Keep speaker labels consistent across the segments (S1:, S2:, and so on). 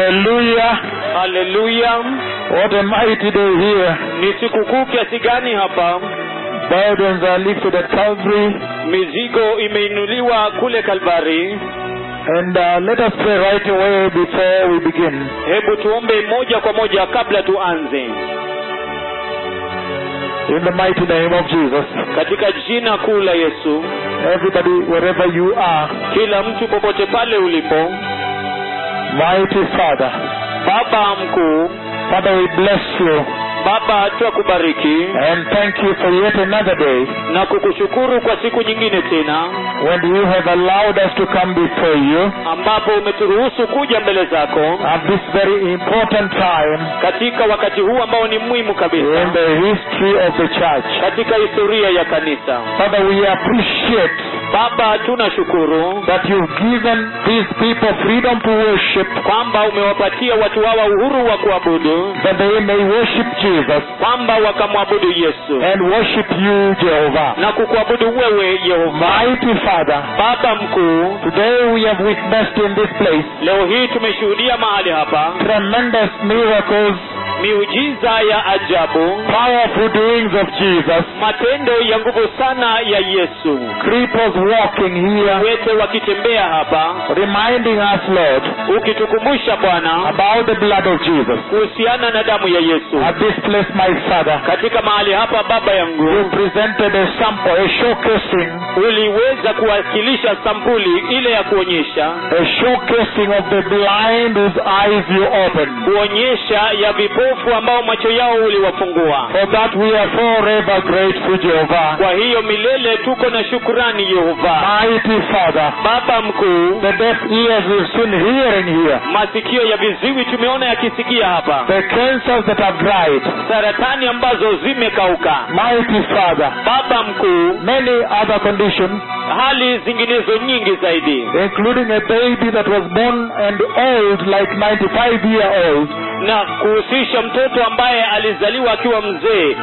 S1: Hallelujah.
S2: Haleluya!
S1: What a mighty day here.
S2: Ni sikukuu kiasi gani hapa?
S1: Burdens are lifted at Calvary.
S2: Mizigo imeinuliwa kule Kalvari.
S1: And uh, let us pray right away before we begin.
S2: Hebu tuombe moja kwa moja kabla tuanze.
S1: In the mighty name of Jesus.
S2: Katika jina kuu la Yesu,
S1: Everybody, wherever you are,
S2: kila mtu popote pale ulipo,
S1: mighty Father,
S2: Baba mkuu,
S1: Father, we bless you
S2: Baba twakubariki
S1: and thank you for yet another day
S2: na kukushukuru kwa siku nyingine tena
S1: when you have allowed us to come before you
S2: ambapo umeturuhusu kuja mbele zako
S1: at this very important time
S2: katika wakati huu ambao ni muhimu
S1: in
S2: kabisa
S1: the history of the church.
S2: katika historia ya kanisa.
S1: Father, we appreciate
S2: Baba, tunashukuru
S1: that you've given these people freedom to worship,
S2: kwamba umewapatia watu hawa uhuru wa kuabudu,
S1: that they may worship Jesus
S2: kwamba wakamwabudu Yesu
S1: and worship you, Jehovah.
S2: na kukuabudu wewe Yehova.
S1: Mighty Father,
S2: Baba mkuu,
S1: today we have witnessed in this place
S2: leo hii tumeshuhudia mahali hapa
S1: tremendous miracles,
S2: miujiza ya ajabu,
S1: powerful doings of Jesus,
S2: matendo ya nguvu sana ya Yesu,
S1: cripples walking here,
S2: wete wakitembea hapa,
S1: reminding us, Lord,
S2: ukitukumbusha Bwana
S1: about the blood of Jesus.
S2: kuhusiana na damu ya Yesu.
S1: At this place, my Father,
S2: Katika mahali hapa, Baba
S1: you
S2: yangu,
S1: presented a sample, a showcasing,
S2: uliweza kuwakilisha sampuli ile ya kuonyesha
S1: a showcasing of the blind whose eyes you opened.
S2: kuonyesha ya vipofu ambao macho yao uliwafungua.
S1: For that we are forever grateful, Jehovah.
S2: Kwa hiyo milele tuko na shukurani Yehova.
S1: Mighty Father,
S2: Baba mkuu,
S1: the deaf ears we've seen hearing here,
S2: masikio ya viziwi tumeona yakisikia hapa,
S1: the cancers that have dried.
S2: saratani ambazo zimekauka.
S1: Mighty Father,
S2: Baba mkuu,
S1: many other conditions,
S2: hali zinginezo nyingi zaidi,
S1: including a baby that was born and old, like 95 year old,
S2: na kuhusisha mtoto ambaye alizaliwa akiwa mzee,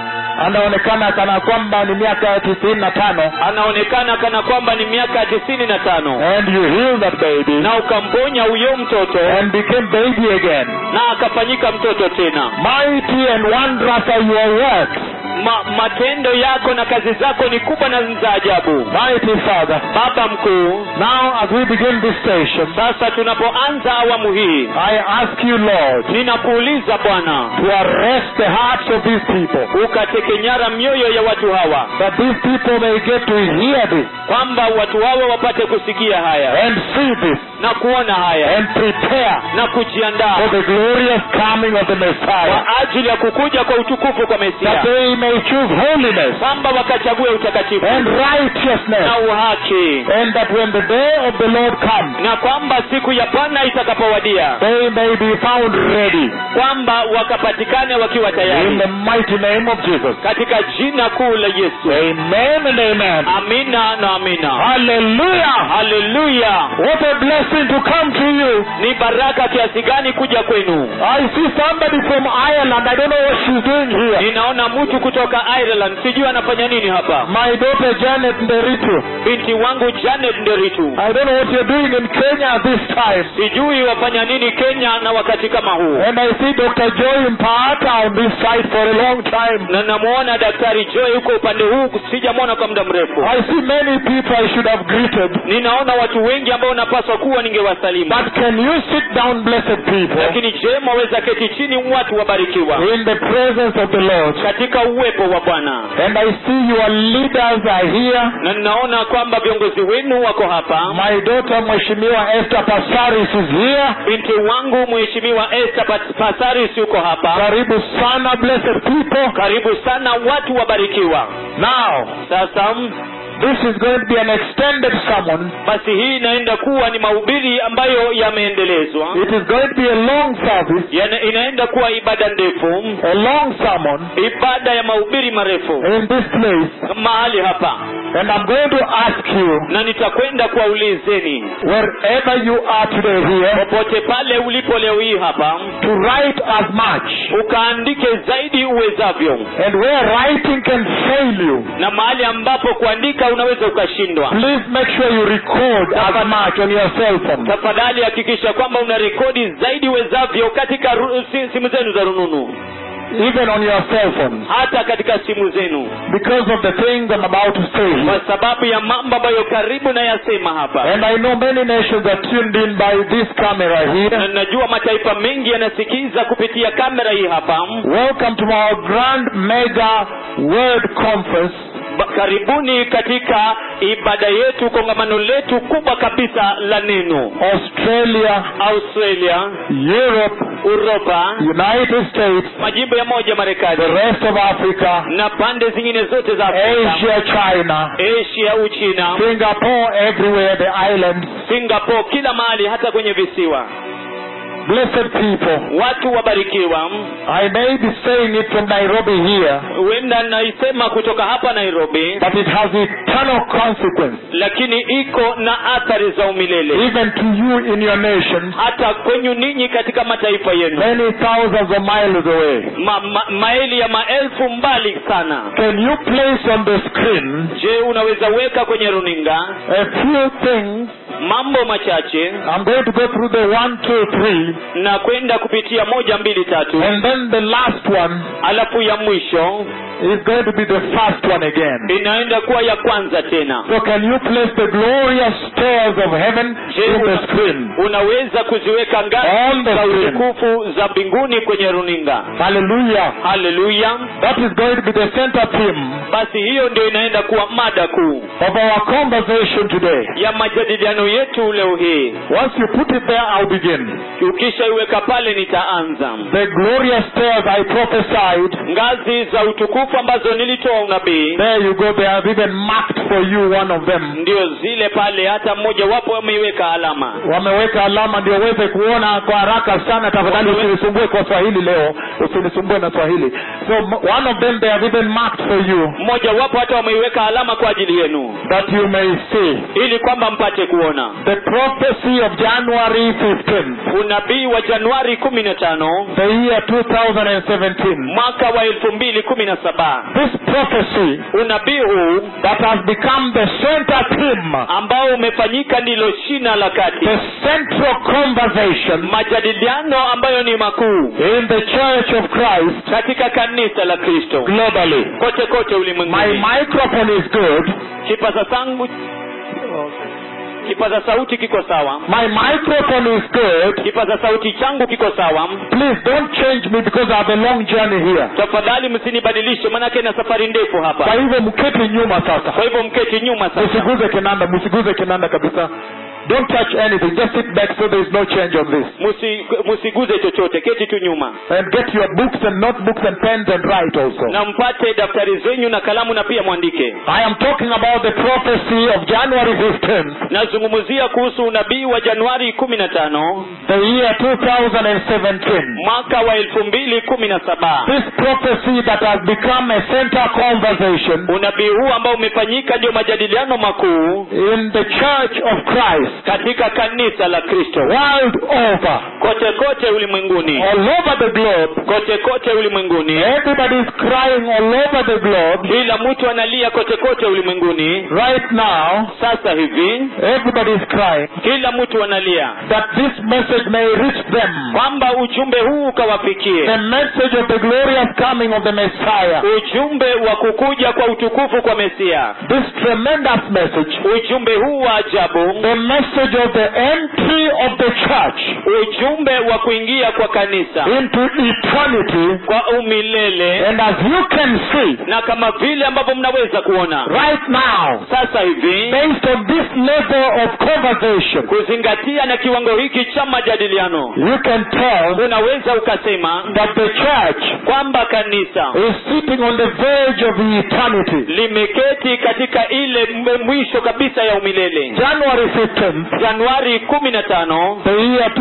S1: anaonekana kana kwamba ni miaka 95,
S2: anaonekana kana kwamba ni miaka tisini na tano,
S1: and you healed that baby
S2: na ukamponya huyo mtoto
S1: and became baby again.
S2: na akafanyika mtoto tena.
S1: Mighty and wondrous are your works,
S2: Ma, matendo yako na kazi zako ni kubwa na ni za ajabu.
S1: mighty Father.
S2: Baba mkuu,
S1: Now, as we begin this session,
S2: sasa tunapoanza awamu hii,
S1: I ask you, Lord,
S2: ninakuuliza Bwana,
S1: to arrest the hearts of these people,
S2: ukatekenyara mioyo ya watu hawa,
S1: that these people may get to hear this
S2: kwamba watu hawa wapate kusikia haya
S1: and see this
S2: na kuona haya
S1: and prepare
S2: na
S1: for
S2: kujiandaa
S1: the glorious coming of the Messiah,
S2: kwa ajili ya kukuja kwa utukufu kwa
S1: that
S2: Mesia,
S1: they may choose holiness
S2: kwamba wakachague utakatifu
S1: and righteousness,
S2: na uhaki,
S1: and that when the day of the Lord comes,
S2: na kwamba siku ya Bwana itakapowadia,
S1: they may be found ready
S2: kwamba wakapatikane wakiwa
S1: in
S2: tayari
S1: the mighty name of Jesus.
S2: katika jina kuu la Yesu.
S1: Amen and amen.
S2: Amina na amina.
S1: Hallelujah.
S2: Haleluya!
S1: What a blessing to come to you.
S2: Ni baraka kiasi gani kuja kwenu.
S1: I see somebody from Ireland. I don't know what she's doing here.
S2: Ninaona mtu kutoka Ireland, sijui anafanya nini hapa.
S1: My daughter Janet Nderitu.
S2: Binti wangu Janet Nderitu,
S1: I don't know what you're doing in Kenya at this time.
S2: sijui wafanya nini Kenya na wakati kama huu.
S1: And I see Dr. Joy Mpaata on this side for a long time.
S2: Na namwona Daktari Joy huko upande huu, sijamwona kwa muda mrefu.
S1: I see many people I should have greeted.
S2: Ninaona watu wengi ambao napaswa kuwa ningewasalimu.
S1: But can you sit down, blessed people,
S2: lakini je mwaweza keti chini watu wabarikiwa
S1: in the presence of the Lord?
S2: katika uwepo wa bwana
S1: And I see your leaders are here.
S2: na ninaona kwamba viongozi wenu wako hapa
S1: My daughter, Mheshimiwa Esther Pasaris, is here.
S2: binti wangu mheshimiwa Esther Pas- pasaris yuko hapa
S1: Karibu sana, blessed people.
S2: karibu sana watu wabarikiwa
S1: Now,
S2: sasa mm,
S1: this is going to be an extended sermon.
S2: basi hii inaenda kuwa ni mahubiri ambayo yameendelezwa
S1: It is going to be a long service,
S2: Yana- inaenda kuwa ibada ndefu mm,
S1: a long sermon
S2: ibada ya mahubiri marefu
S1: in this place.
S2: mahali hapa
S1: And I'm going to ask you,
S2: na nitakwenda kuwaulizeni
S1: wherever you are today here,
S2: popote pale ulipo leo hii hapa
S1: to write as much.
S2: ukaandike zaidi uwezavyo
S1: And where writing can fail you,
S2: na mahali ambapo kuandika unaweza ukashindwa
S1: please make sure you record as much on your cell phone.
S2: tafadhali hakikisha kwamba una rekodi zaidi uwezavyo katika ru- si- simu zenu za rununu
S1: Even on your cell phones.
S2: hata katika simu zenu
S1: Because of the things I'm about to say here.
S2: kwa sababu ya mambo ambayo karibu nayasema hapa
S1: And I know many nations are tuned in by this camera
S2: na
S1: here.
S2: najua mataifa mengi yanasikiza kupitia kamera hii hapa
S1: Welcome to our grand mega world conference
S2: Ba- karibuni katika ibada yetu kongamano letu kubwa kabisa la neno
S1: Australia,
S2: australia
S1: Europe,
S2: uropa
S1: United States,
S2: majimbo ya moja
S1: the
S2: marekani
S1: rest of Africa,
S2: na pande zingine zote za afrika
S1: Asia, China,
S2: asia uchina
S1: Singapore, everywhere, the islands.
S2: singapore kila mahali hata kwenye visiwa
S1: Blessed people.
S2: watu wabarikiwa
S1: I may be saying it from Nairobi here,
S2: huenda naisema kutoka hapa nairobi
S1: but it has eternal consequence,
S2: lakini iko na athari za umilele
S1: even to you in your nations,
S2: hata kwenyu ninyi katika mataifa yenu
S1: many thousands of miles away.
S2: ma, ma, maeli ya maelfu mbali sana
S1: Can you place on the screen
S2: je unaweza weka kwenye runinga
S1: a few things?
S2: mambo machache
S1: I'm going to go through the one, two, three,
S2: na kwenda kupitia moja mbili tatu
S1: and then the last one
S2: alafu ya mwisho
S1: is going to be the first one again.
S2: inaenda kuwa ya kwanza tena
S1: So can you place the glorious stairs of heaven
S2: je
S1: in the
S2: una-
S1: screen?
S2: unaweza kuziweka
S1: On
S2: ngazi
S1: the
S2: za
S1: screen.
S2: utukufu za mbinguni kwenye runinga
S1: Hallelujah.
S2: haleluya
S1: That is going to be the center theme
S2: basi hiyo ndio inaenda kuwa mada kuu
S1: of our conversation today.
S2: ya majadiliano yetu leo hii
S1: Once you put it there, I'll begin.
S2: ukishaiweka pale nitaanza
S1: The glorious stairs I prophesied,
S2: ngazi za utukufu ambazo nilitoa unabii
S1: there you go, they have even marked for you one of them.
S2: ndio zile pale hata mmoja wapo wameiweka alama
S1: wameweka alama ndio uweze kuona kwa haraka sana tafadhali
S2: Wameweka-
S1: usinisumbue kwa swahili leo usinisumbue na swahili so m- one of them they have even marked for you
S2: mmoja wapo hata wameiweka alama kwa ajili yenu
S1: that you may see
S2: ili kwamba mpate kuona
S1: the prophecy of january 15th
S2: unabii wa januari kumi na tano
S1: the year 2017
S2: mwaka wa elfu mbili kumi na saba
S1: this prophecy
S2: unabii huu
S1: that has become the center theme,
S2: ambao umefanyika ndilo shina la kati
S1: the central conversation
S2: majadiliano ambayo ni makuu
S1: in the Church of Christ
S2: katika kanisa la kristo
S1: globally.
S2: kote kote
S1: My
S2: ulimwenguni
S1: microphone is good.
S2: kipaza sangu kipaza sauti kiko sawa
S1: My microphone is good.
S2: kipaza sauti changu kiko sawa
S1: Please don't change me because I have a long journey here.
S2: tafadhali msinibadilishe manake na safari ndefu
S1: Kwa
S2: hapa
S1: hivyo mketi nyuma
S2: kwa
S1: sasa,
S2: hivyo mketi nyuma sasa
S1: msiguze kinanda, msiguze kinanda kabisa. Don't touch anything, just sit back so there is no change on this.
S2: Musi- msiguze chochote keti tu nyuma
S1: And get your books and notebooks and pens and write also.
S2: na mpate daftari zenyu na kalamu na pia mwandike
S1: I am talking about the prophecy of January 15th.
S2: nazungumzia kuhusu unabii wa januari kumi na tano
S1: the year 2017.
S2: mwaka wa elfu mbili kumi na saba
S1: This prophecy that has become a center conversation
S2: unabii huu ambao umefanyika ndio majadiliano makuu
S1: in the Church of Christ
S2: katika kanisa la kristo
S1: world over,
S2: kote kote ulimwenguni
S1: all over the globe.
S2: kote kote ulimwenguni
S1: Everybody is crying all over the globe
S2: kila mtu analia kote kote ulimwenguni
S1: right now.
S2: sasa hivi
S1: Everybody is crying
S2: kila mtu analia
S1: that this message may reach them.
S2: kwamba ujumbe huu ukawafikie
S1: The message of the glorious coming of the Messiah.
S2: ujumbe wa kukuja kwa utukufu kwa mesia
S1: This tremendous message.
S2: ujumbe huu wa ajabu
S1: The message of the entry of the church
S2: ujumbe wa kuingia kwa kanisa
S1: into eternity
S2: kwa umilele
S1: And as you can see,
S2: na kama vile ambavyo mnaweza kuona
S1: right now,
S2: sasa hivi
S1: based on this level of conversation,
S2: kuzingatia na kiwango hiki cha majadiliano
S1: you can tell
S2: unaweza ukasema
S1: that the church
S2: kwamba kanisa
S1: is sitting on the verge of eternity.
S2: limeketi katika ile m- mwisho kabisa ya umilele
S1: January 15 15th,
S2: januari kumi na tano
S1: the year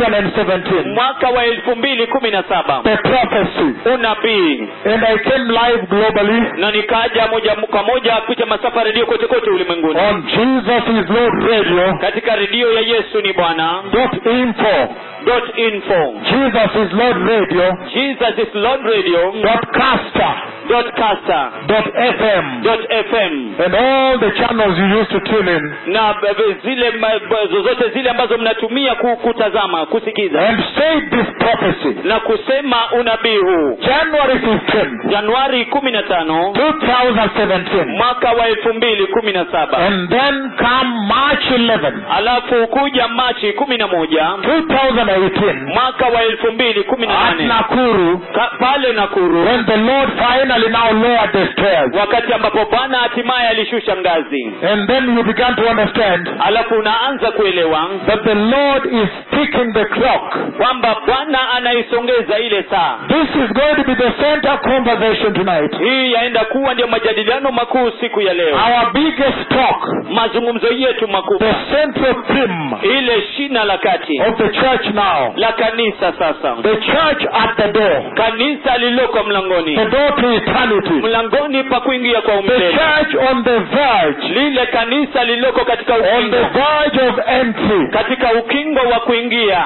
S1: 2017,
S2: mwaka wa elfu mbili kumi na saba
S1: the prophecy.
S2: unabii
S1: And I came live globally
S2: na nikaja moja kwa moja kupitia masafa ya redio kote kote ulimwenguni
S1: on Jesus is Lord Radio.
S2: katika redio ya yesu ni bwana
S1: Dot info.
S2: dot info
S1: Jesus is Lord Radio.
S2: jesus is lord radio
S1: Dot caster.
S2: dot caster
S1: Dot FM.
S2: dot fm
S1: And all the channels you used to tune in
S2: na b- b- zile ma- b- zozote zile ambazo mnatumia ku- kutazama kusikiza
S1: and say this prophecy.
S2: na kusema unabii huu
S1: January 15th,
S2: januari kumi na tano
S1: 2017.
S2: mwaka wa elfu mbili kumi na saba
S1: And then come March 11th,
S2: alafu kuja machi kumi na moja
S1: 2018.
S2: mwaka wa elfu mbili kumi na
S1: At
S2: nane
S1: Nakuru,
S2: Ka- pale nakuru
S1: when the Lord finally now lowered the stairs.
S2: wakati ambapo bwana hatimaye alishusha ngazi
S1: And then you began to understand
S2: alafu unaanza kuelewa
S1: that the Lord is ticking the clock.
S2: kwamba bwana anaisongeza ile saa
S1: This is going to be the center conversation tonight.
S2: hii yaenda kuwa ndio majadiliano makuu siku ya leo
S1: Our biggest talk,
S2: mazungumzo yetu
S1: the
S2: makubwa
S1: central theme
S2: ile shina la kati
S1: of the church now.
S2: la kanisa sasa
S1: The church at the door,
S2: kanisa lililoko
S1: the
S2: mlangoni
S1: door to eternity.
S2: mlangoni pa kuingia kwa
S1: The
S2: umbele
S1: church on the verge,
S2: lile kanisa lililoko katika
S1: on the
S2: ukingo
S1: verge of entry.
S2: katika ukingo wa kuingia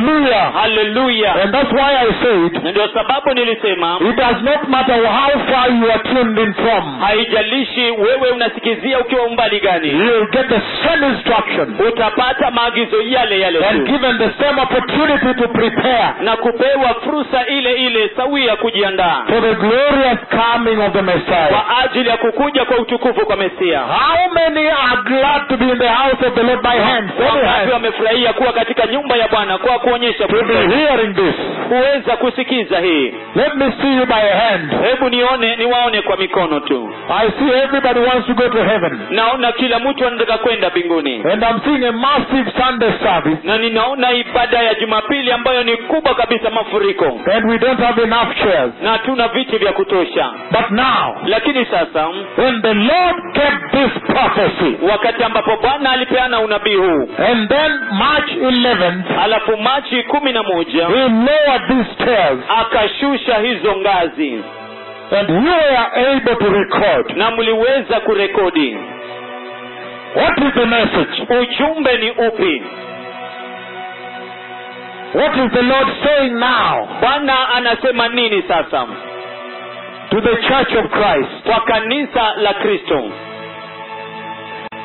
S1: Hallelujah.
S2: haleluya
S1: And that's why I said,
S2: na ndio sababu nilisema
S1: it does not matter how far you are tuned in from,
S2: haijalishi wewe unasikizia ukiwa umbali gani
S1: you'll get the same instruction
S2: utapata maagizo yale yale
S1: and
S2: tu
S1: given the same opportunity to prepare
S2: na kupewa fursa ile ile sawia kujiandaa
S1: for the glorious coming of the Messiah.
S2: kwa ajili ya kukuja kwa utukufu kwa mesia
S1: How many are glad to be in the house of the Lord by hands? Any
S2: wangapi
S1: hands?
S2: wamefurahia kuwa katika nyumba ya bwana kwa kuonyesha
S1: To be
S2: upendo?
S1: hearing this.
S2: kuweza kusikiza hii
S1: Let me see you by a hand.
S2: hebu nione niwaone kwa mikono tu
S1: I see everybody wants to go to heaven.
S2: naona kila mtu anataka kwenda mbinguni
S1: And I'm seeing a massive Sunday service.
S2: na ninaona ibada ya jumapili ambayo ni kubwa kabisa mafuriko
S1: And we don't have enough chairs.
S2: na hatuna viti vya kutosha
S1: But now,
S2: lakini sasa
S1: when the Lord kept this prophecy,
S2: wakati ambapo bwana alipeana unabii huu
S1: and then March 11th,
S2: alafu machi kumi na moja
S1: He lowered these stairs,
S2: akashusha hizo ngazi
S1: and you are able to record.
S2: na mliweza kurekodi
S1: What is the message?
S2: ujumbe ni upi
S1: What is the Lord saying now
S2: bwana anasema nini sasa
S1: to the Church of Christ?
S2: kwa kanisa la kristo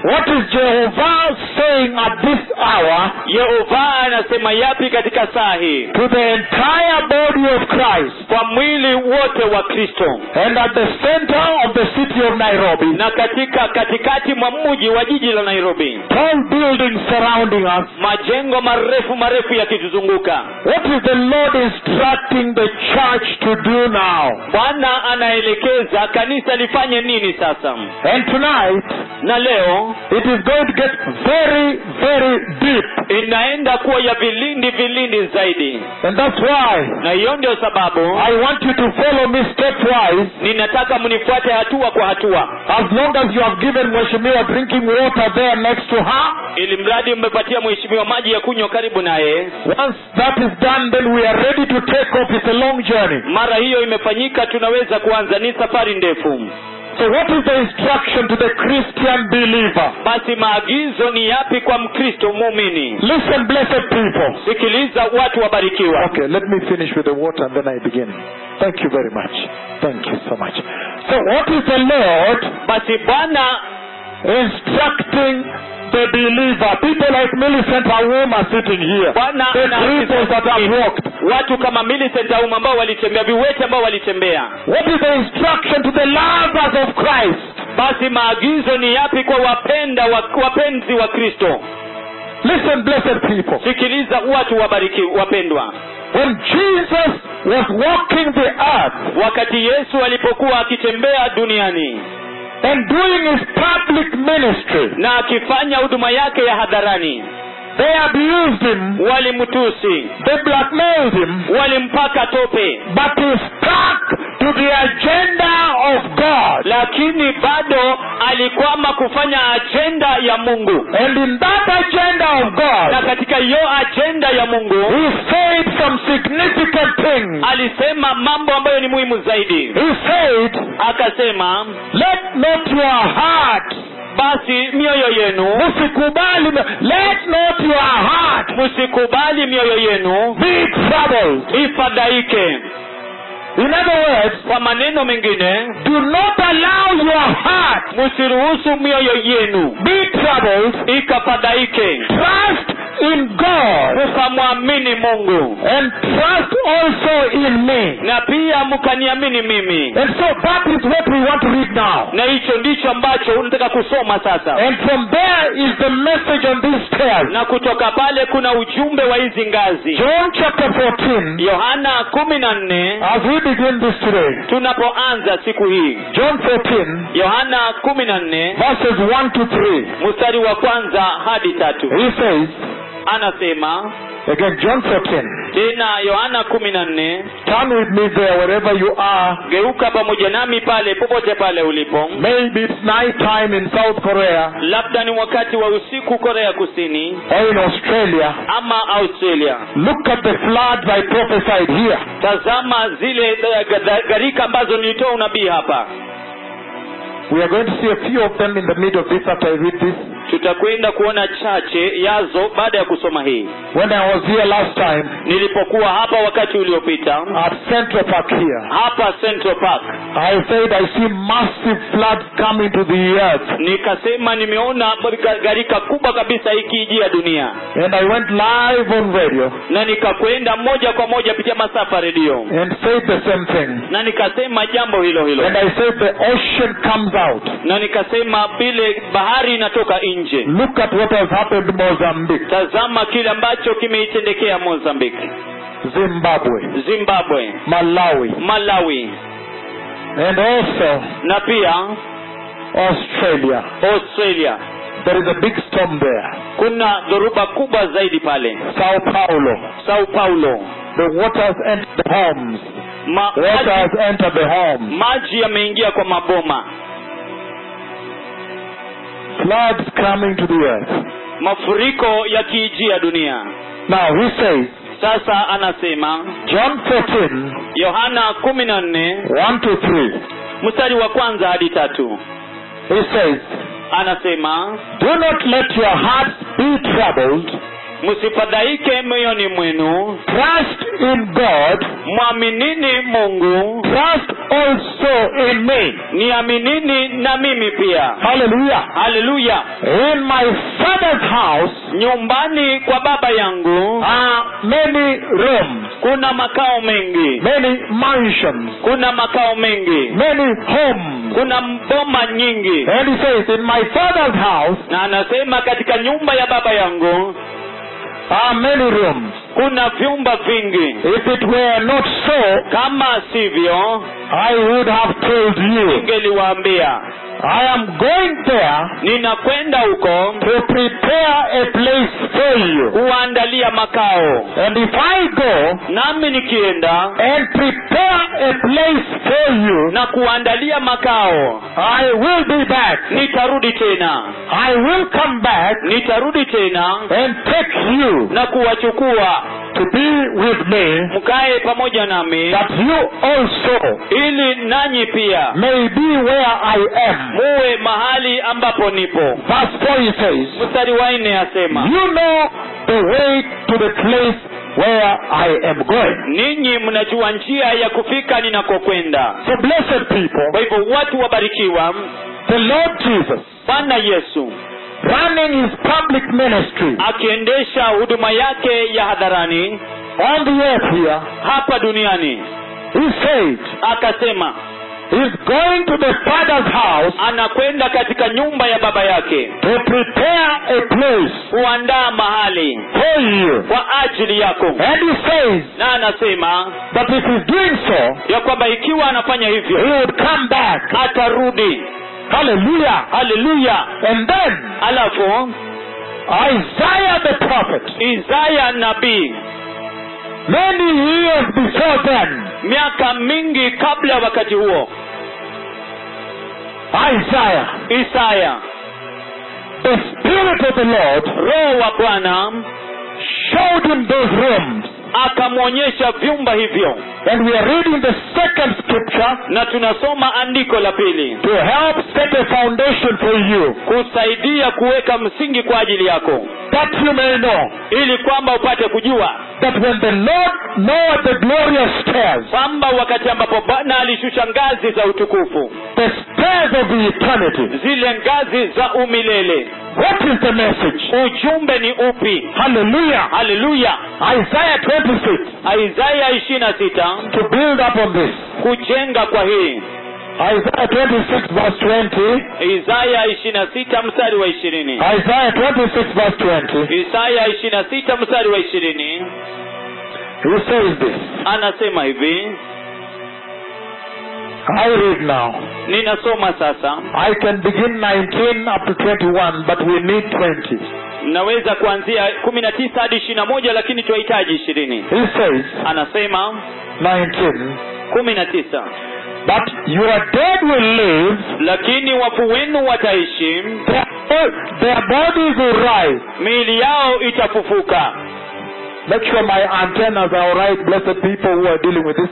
S1: What is Jehovah saying at this hour
S2: yehova anasema yapi katika saa hii
S1: to the entire body of Christ
S2: kwa mwili wote wa kristo
S1: and at the center of the city of Nairobi?
S2: na katika katikati mwa mji wa jiji la nairobi
S1: Tall buildings surrounding us.
S2: majengo marefu marefu yakituzunguka
S1: What is the Lord instructing the church to do now?
S2: bwana anaelekeza kanisa lifanye nini sasa
S1: And tonight,
S2: na leo
S1: it is going to get very, very deep.
S2: inaenda kuwa ya vilindi vilindi zaidi
S1: And that's why
S2: na hiyo ndio sababu
S1: I want you to follow me stepwise
S2: ninataka mnifuate hatua kwa hatua
S1: as long as you have given Mweshimiwa drinking water there next to her.
S2: ili mradi mmepatia mheshimiwa maji ya kunywa karibu naye
S1: Once that is done, then we are ready to take off. It's a long journey.
S2: mara hiyo imefanyika tunaweza kuanza ni safari ndefu
S1: So, what is the instruction to the Christian believer?
S2: basi maagizo ni yapi kwa mkristo muumini
S1: Listen, blessed people.
S2: sikiliza watu wabarikiwa
S1: Okay, let me finish with the water and then I begin. Thank you very much. Thank you so much. So, what is the Lord
S2: basi bwana
S1: instructing the believer? People like Millicent Awoma sitting here.
S2: bwana
S1: The cripples that have
S2: ana-
S1: walked.
S2: watu kama Millicent Auma ambao walitembea viwete ambao walitembea
S1: What is the instruction to the lovers of Christ?
S2: basi maagizo ni yapi kwa wapenda wa, wapenzi wa kristo
S1: Listen, blessed people.
S2: sikiliza watu wabariki wapendwa
S1: When Jesus was walking the earth,
S2: wakati yesu alipokuwa akitembea duniani
S1: and doing his public ministry.
S2: na akifanya huduma yake ya hadharani
S1: They abused him,
S2: walimtusi
S1: they blackmailed him,
S2: walimpaka tope
S1: but he stuck to to the agenda of God.
S2: lakini bado alikwama kufanya ajenda ya mungu
S1: And in that agenda of God,
S2: na katika hiyo ajenda ya mungu
S1: He said some significant things.
S2: alisema mambo ambayo ni muhimu zaidi
S1: He said,
S2: akasema
S1: Let not your heart,
S2: basi mioyo yenu
S1: msikubali, let not your heart
S2: msikubali mioyo yenu
S1: be troubled.
S2: ifadhaike
S1: In other words,
S2: kwa maneno mengine
S1: do not allow your heart
S2: msiruhusu mioyo yenu
S1: be troubled.
S2: ikafadhaike
S1: Trust in God
S2: mkamwamini mungu
S1: and trust also in me.
S2: na pia mkaniamini mimi
S1: And so that is what we want to read now.
S2: na hicho ndicho ambacho nataka kusoma sasa
S1: And from there is the message on these stairs.
S2: na kutoka pale kuna ujumbe wa hizi ngazi
S1: John chapter 14.
S2: yohana kumi na nne
S1: As we begin this today,
S2: tunapoanza siku hii
S1: John 14,
S2: yohana kumi na nne
S1: verses 1 to 3,
S2: mstari wa kwanza hadi tatu
S1: he says,
S2: anasema
S1: again, John 14,
S2: tena yohana kumi na nne
S1: turn with me there wherever you are.
S2: geuka pamoja nami pale popote pale ulipo
S1: Maybe it's night time in South Korea
S2: labda ni wakati wa usiku korea kusini
S1: or in Australia.
S2: ama australia
S1: Look at the floods I prophesied here.
S2: tazama zile eh, gharika ambazo nilitoa unabii hapa
S1: We are going to see a few of them in the middle of this after I read this.
S2: tutakwenda kuona chache yazo baada ya kusoma hii
S1: When I was here last time
S2: nilipokuwa hapa wakati uliopita
S1: at Central Park here,
S2: hapa central park
S1: I said I see massive floods coming to the earth.
S2: nikasema nimeona gharika kubwa kabisa ikijia dunia
S1: And I went live on radio
S2: na nikakwenda moja kwa moja pitia masafa redio
S1: and said the same thing.
S2: na nikasema jambo hilo hilo
S1: And I said the ocean comes out.
S2: na nikasema vile bahari inatoka nje
S1: Look at what has happened in Mozambique,
S2: tazama kile ambacho kimeitendekea mozambiki
S1: Zimbabwe,
S2: zimbabwe
S1: Malawi,
S2: malawi
S1: and also
S2: na pia
S1: Australia.
S2: australia
S1: There is a big storm there.
S2: kuna dhoruba kubwa zaidi pale
S1: Sao Paulo.
S2: sao paulo
S1: The water has entered the homes.
S2: Ma-
S1: Water has
S2: maji,
S1: entered the homes.
S2: maji yameingia kwa maboma
S1: Floods coming to the earth.
S2: mafuriko yakiijia dunia
S1: Now he says,
S2: sasa anasema
S1: John 14,
S2: yohana kumi na nne
S1: 1 to 3.
S2: mstari wa kwanza hadi tatu
S1: He says,
S2: anasema
S1: Do not let your hearts be troubled.
S2: msifadhaike moyoni mwenu
S1: Trust in God.
S2: mwaminini mungu
S1: Trust also in me.
S2: niaminini na mimi pia
S1: Hallelujah.
S2: haleluya
S1: In my father's house
S2: nyumbani kwa baba yangu
S1: are many rooms,
S2: kuna makao mengi
S1: many mansions,
S2: kuna makao mengi
S1: many homes.
S2: kuna mboma nyingi
S1: And he says, In my father's house
S2: na anasema katika nyumba ya baba yangu
S1: are many rooms.
S2: kuna vyumba vingi
S1: If it were not so,
S2: kama sivyo
S1: I would have told you.
S2: ningeliwaambia
S1: I am going there
S2: ninakwenda huko
S1: to prepare a place for you.
S2: kuwaandalia makao
S1: And if I go
S2: nami nikienda
S1: and prepare a place for you,
S2: na kuwaandalia makao
S1: I will be back.
S2: nitarudi tena
S1: I will come back
S2: nitarudi tena
S1: and take you.
S2: na kuwachukua
S1: to be with me
S2: mkae pamoja nami
S1: that you also
S2: ili nanyi pia
S1: may be where I am.
S2: muwe mahali ambapo nipo
S1: Verse 4 he says,
S2: mstari wa nne asema
S1: You know the way to the place where I am going.
S2: ninyi mnajua njia ya kufika ninakokwenda
S1: So, blessed people,
S2: kwa hivyo watu wabarikiwa
S1: the Lord Jesus,
S2: bwana yesu
S1: running his public ministry
S2: akiendesha huduma yake ya hadharani
S1: on the earth here,
S2: hapa duniani
S1: he said,
S2: akasema
S1: He's going to the Father's house
S2: anakwenda katika nyumba ya baba yake
S1: to prepare a place
S2: kuandaa mahali
S1: for you.
S2: kwa ajili yako
S1: And he says
S2: na anasema
S1: that if he's doing so,
S2: ya kwamba ikiwa anafanya
S1: he
S2: hivyo
S1: would come back.
S2: atarudi
S1: Hallelujah.
S2: haleluya
S1: And then
S2: alafu
S1: Isaiah the prophet
S2: isaya nabii
S1: Many years before then,
S2: miaka mingi kabla ya wakati huo
S1: Isaiah,
S2: isaya
S1: the Spirit of the Lord,
S2: roho wa bwana
S1: showed him those rooms.
S2: akamwonyesha vyumba hivyo
S1: And we are reading the second scripture
S2: na tunasoma andiko la pili
S1: to help set a foundation for you,
S2: kusaidia kuweka msingi kwa ajili yako
S1: that you may know
S2: ili kwamba upate kujua
S1: that when the Lord knoweth the glorious stairs,
S2: kwamba wakati ambapo bwana alishusha ngazi za utukufu
S1: the stairs of the eternity,
S2: zile ngazi za umilele
S1: what is the message?
S2: ujumbe ni upi
S1: Hallelujah.
S2: haleluya
S1: Isaiah 26.
S2: isaya ishiri na sita
S1: To build up on this,
S2: kujenga kwa hii
S1: Isaiah 26 verse 20.
S2: isaya ishiri na sita mstari wa ishirini
S1: Isaiah 26 verse 20.
S2: isaya ishiri na sita mstari wa ishirini
S1: He says this.
S2: anasema hivi
S1: I read now.
S2: ninasoma sasa
S1: I can begin 19 up to 21, but we need 20.
S2: naweza kuanzia kumi na tisa hadi ishiri na moja lakini tunahitaji ishirini
S1: He says,
S2: anasema
S1: 19.
S2: kumi na tisa
S1: But your dead will live,
S2: lakini wafu wenu wataishi
S1: their, oh, their bodies will rise.
S2: miili yao itafufuka
S1: Make sure my antennas are right, blessed people who are dealing with this.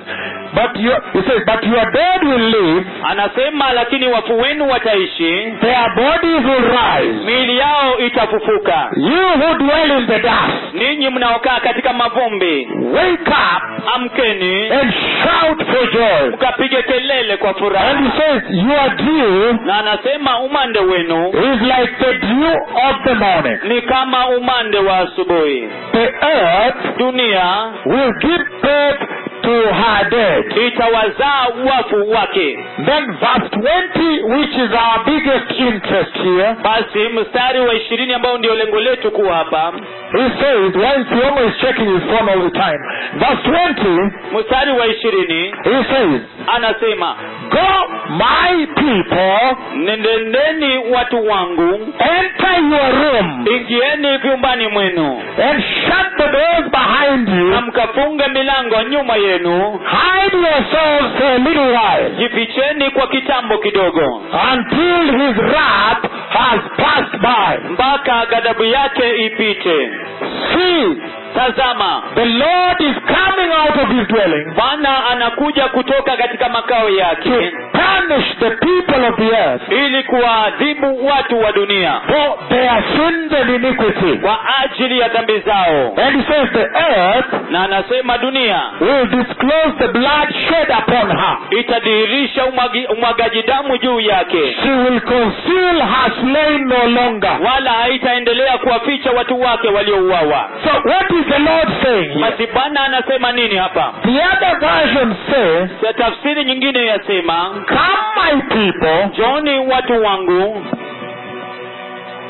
S1: But your, he says, but your dead will live,
S2: anasema lakini wafu wenu wataishi
S1: their bodies will rise.
S2: miili yao itafufuka
S1: You who dwell in the dust,
S2: ninyi mnaokaa katika mavumbi
S1: wake up
S2: amkeni
S1: and shout for joy.
S2: mkapige kelele kwa
S1: And he
S2: furaha
S1: says, your dew
S2: na anasema umande wenu
S1: is like the dew of the morning.
S2: ni kama umande wa asubuhi
S1: The earth
S2: dunia
S1: will give birth to her dead.
S2: itawazaa wafu wake
S1: Then verse 20, which is our biggest interest here,
S2: basi mstari wa ishirini ambao ndio lengo letu kuwa hapa
S1: he says, while Siomo is checking his phone all the time, verse 20,
S2: mstari wa ishirini
S1: he says,
S2: anasema
S1: Go, my people,
S2: nendendeni watu wangu
S1: enter your room,
S2: ingieni vyumbani mwenu
S1: and shut the doors behind you,
S2: na mkafunge milango nyuma yenu
S1: hide yourselves for a little while,
S2: jificheni kwa kitambo kidogo
S1: until his wrath has passed by.
S2: mpaka ghadhabu yake ipite
S1: See,
S2: tazama
S1: the Lord is coming out of his dwelling
S2: bwana anakuja kutoka katika makao
S1: to
S2: yake
S1: punish the people of the earth.
S2: ili kuwaadhibu watu wa dunia
S1: for their sins and iniquity.
S2: kwa ajili ya dhambi zao
S1: And he says, The earth
S2: na anasema dunia
S1: will disclose the blood shed upon her.
S2: itadhihirisha umwagi- umwagaji damu juu yake
S1: She will conceal her slain no longer.
S2: wala haitaendelea kuwaficha watu wake waliouawa
S1: So, what is the Lord saying here?
S2: basi bwana anasema nini hapa
S1: The other version says,
S2: ya tafsiri nyingine yasema
S1: Come, my people.
S2: joni watu wangu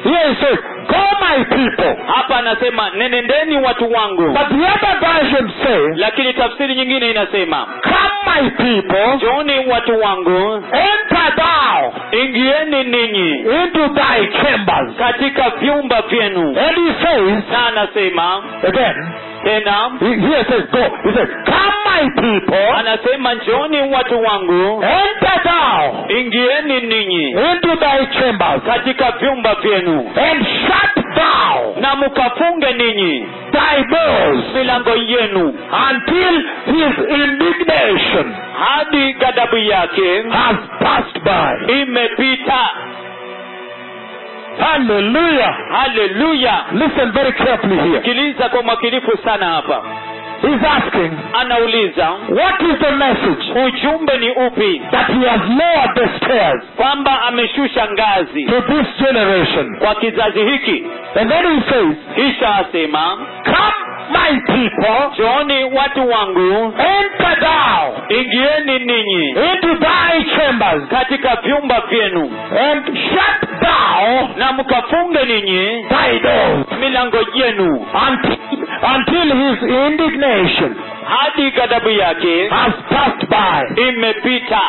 S1: Here he says, Go, my people.
S2: hapa anasema nenendeni watu wangu
S1: But the other version says,
S2: lakini tafsiri nyingine inasema
S1: Come, my people.
S2: joni watu wangu
S1: Enter thou
S2: ingieni ninyi
S1: into thy chambers.
S2: katika vyumba vyenu
S1: And he says,
S2: na anasema
S1: Again,
S2: tena
S1: He, here it says, go. He says, come, my people,
S2: anasema njoni watu wangu
S1: enter thou
S2: ingieni ninyi
S1: into thy chambers,
S2: katika vyumba vyenu
S1: and shut thou
S2: na mkafunge ninyi
S1: thy doors
S2: milango yenu
S1: until his indignation
S2: hadi ghadhabu yake
S1: has passed by.
S2: imepita
S1: Hallelujah.
S2: haleluya
S1: Listen very carefully here.
S2: sikiliza kwa umakinifu sana hapa
S1: He's asking,
S2: anauliza
S1: what is the message
S2: ujumbe ni upi
S1: that he has lowered the stairs
S2: kwamba ameshusha ngazi
S1: to this generation?
S2: kwa kizazi hiki
S1: And then he says,
S2: kisha asema
S1: come, my people,
S2: jooni watu wangu
S1: enter thou
S2: ingieni ninyi
S1: into thy chambers
S2: katika vyumba vyenu
S1: and shut thou
S2: na mkafunge ninyi
S1: thy doors
S2: milango yenu
S1: until, until his indignation
S2: hadi ghadhabu yake
S1: has passed by.
S2: imepita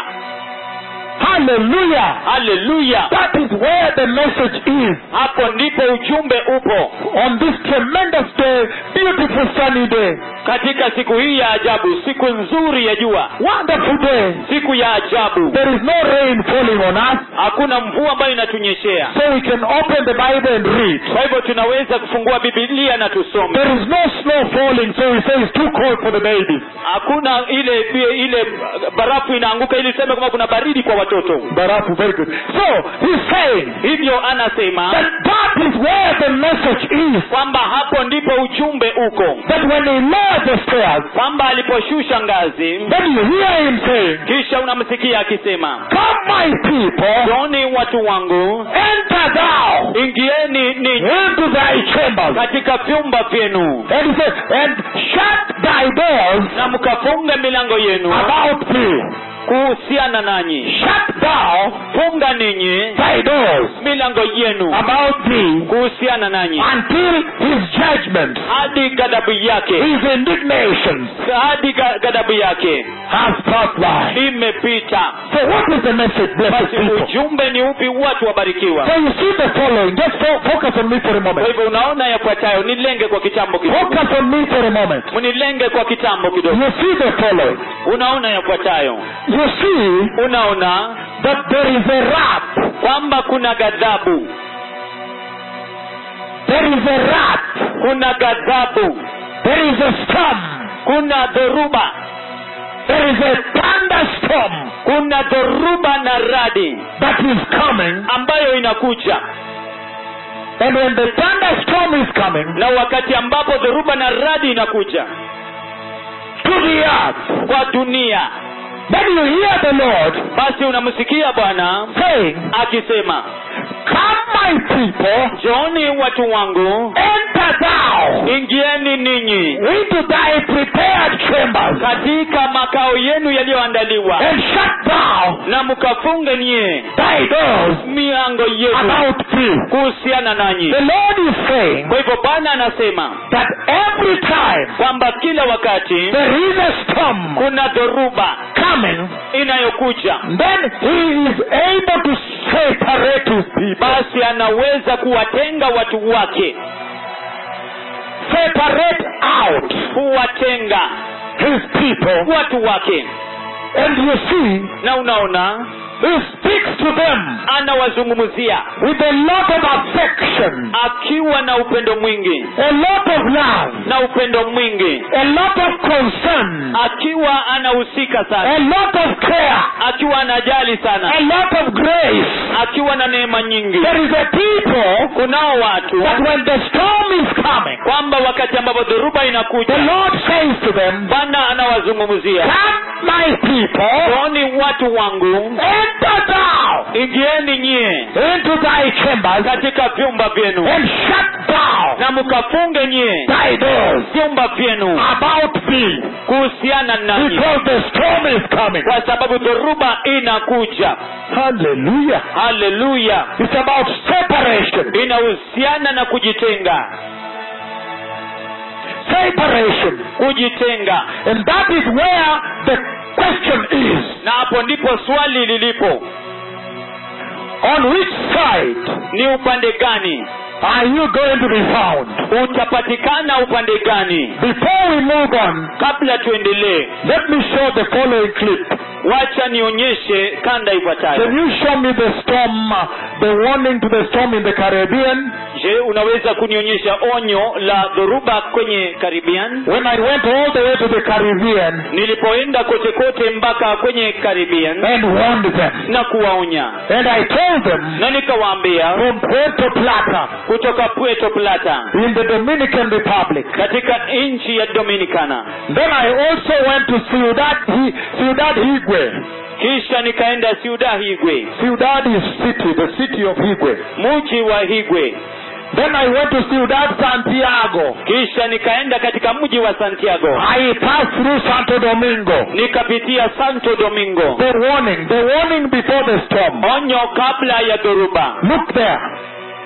S1: Hallelujah.
S2: haleluya
S1: That is where the message is
S2: hapo ndipo ujumbe upo
S1: on this tremendous day, beautiful sunny day,
S2: katika siku hii ya ajabu siku nzuri ya jua
S1: wonderful day.
S2: siku ya ajabu
S1: There is no rain falling on us,
S2: hakuna mvua ambayo inatunyeshea
S1: so we can open the Bible and read.
S2: kwa hivyo tunaweza kufungua bibilia na tusome
S1: There is no snow falling, so we say it's too cold for the babies.
S2: hakuna ile ile barafu inaanguka ili seme kwamba kuna baridi kwa watoto
S1: Barafu, very good. So he's saying
S2: hivyo anasema
S1: that that is where the message is.
S2: kwamba hapo ndipo ujumbe uko
S1: That when he lowered the stairs,
S2: kwamba aliposhusha ngazi
S1: then you hear him saying,
S2: kisha unamsikia akisema
S1: Come, my people,
S2: joni watu wangu
S1: enter thou
S2: ingieni ninyi
S1: into thy chambers.
S2: katika vyumba vyenu
S1: And he says, and shut thy doors
S2: na mkafunge milango yenu
S1: about me.
S2: kuhusiana nanyi
S1: Shut thou
S2: funga ninyi
S1: thy doors
S2: milango yenu
S1: about me
S2: kuhusiana nanyi
S1: until his judgment,
S2: hadi ghadhabu yake
S1: his indignation
S2: hadi gha- ghadhabu yake
S1: has passed by.
S2: imepita
S1: So what is the message, blessed
S2: basi
S1: people?
S2: ujumbe ni upi watu
S1: So
S2: wabarikiwa
S1: you see the following. Just fo- focus on me for a
S2: kwa
S1: moment.
S2: hivyo unaona yafuatayo nilenge kwa kitambo kidogo
S1: Focus on me for a moment.
S2: mnilenge kwa kitambo kidogo
S1: You see the following.
S2: unaona yafuatayo
S1: You see
S2: unaona
S1: that there is a wrath.
S2: kwamba kuna ghadhabu
S1: There is a wrath.
S2: kuna ghadhabu
S1: There is a storm.
S2: kuna dhoruba
S1: There is a thunderstorm
S2: kuna dhoruba na radi
S1: that is coming.
S2: ambayo inakuja
S1: And when the thunderstorm is coming
S2: na wakati ambapo dhoruba na radi inakuja
S1: to the earth,
S2: kwa dunia
S1: then you hear the Lord
S2: basi unamsikia bwana
S1: saying,
S2: akisema
S1: Come, my people,
S2: njooni watu wangu
S1: enter thou
S2: ingieni ninyi
S1: into thy prepared chambers
S2: katika makao yenu yaliyoandaliwa
S1: and shut thou
S2: na mkafunge nyie
S1: thy doors
S2: milango yenu
S1: about thee.
S2: kuhusiana nanyi
S1: The Lord is saying
S2: kwa hivyo bwana anasema
S1: that every time
S2: kwamba kila wakati
S1: there is a storm
S2: kuna dhoruba
S1: coming,
S2: inayokuja
S1: then he is able to separate his people.
S2: basi anaweza kuwatenga watu wake
S1: Separate out
S2: kuwatenga
S1: his people.
S2: watu wake
S1: And you see,
S2: na unaona
S1: he speaks to them
S2: anawazungumzia
S1: with a lot of affection,
S2: akiwa na upendo mwingi
S1: a lot of love,
S2: na upendo mwingi
S1: a lot of concern,
S2: akiwa anahusika sana
S1: a lot of care,
S2: akiwa anajali
S1: a
S2: sana
S1: lot of grace.
S2: akiwa na neema nyingi
S1: There is a people
S2: kunao watu
S1: that when the storm is coming,
S2: kwamba wakati ambapo dhoruba
S1: the
S2: inakuja
S1: Lord says to them,
S2: bwana anawazungumzia
S1: Come, my people,
S2: oni watu wangu
S1: enter thou
S2: ingieni nyie
S1: into thy chambers
S2: katika vyumba vyenu
S1: and shut down
S2: na mkafunge nyie
S1: thy doors
S2: vyumba vyenu
S1: about thee,
S2: kuhusiana nanyi
S1: because the storm is coming.
S2: kwa sababu dhoruba inakuja
S1: Hallelujah.
S2: haleluya
S1: It's about separation.
S2: inahusiana na kujitenga
S1: Separation.
S2: kujitenga
S1: And that is where the question is
S2: na hapo ndipo swali lilipo
S1: on which side
S2: ni upande gani
S1: are you going to be found?
S2: utapatikana upande gani
S1: Before we move on,
S2: kabla tuendelee
S1: let me show the following clip.
S2: wacha nionyeshe kanda
S1: Can
S2: ifuatayo
S1: you show me the storm, uh, the warning to the storm in the Caribbean?
S2: je unaweza kunionyesha onyo la dhoruba kwenye karibian
S1: When I went all the way to the Caribbean
S2: nilipoenda kote kote mpaka kwenye karibian
S1: and warned them.
S2: na kuwaonya
S1: And I told them
S2: na nikawaambia
S1: from Puerto Plata
S2: kutoka puerto plata
S1: in the Dominican Republic.
S2: katika nchi ya dominicana
S1: Then I also went to Ciudad, Hi- Ciudad Higwe.
S2: kisha nikaenda ciuda higwe
S1: Ciudad is city, the city of Higwe.
S2: mji wa higwe
S1: Then I went to Ciudad Santiago.
S2: kisha nikaenda katika mji wa santiago
S1: I passed through Santo Domingo.
S2: nikapitia santo domingo
S1: The warning, the warning before the storm.
S2: onyo kabla ya dhoruba
S1: Look there.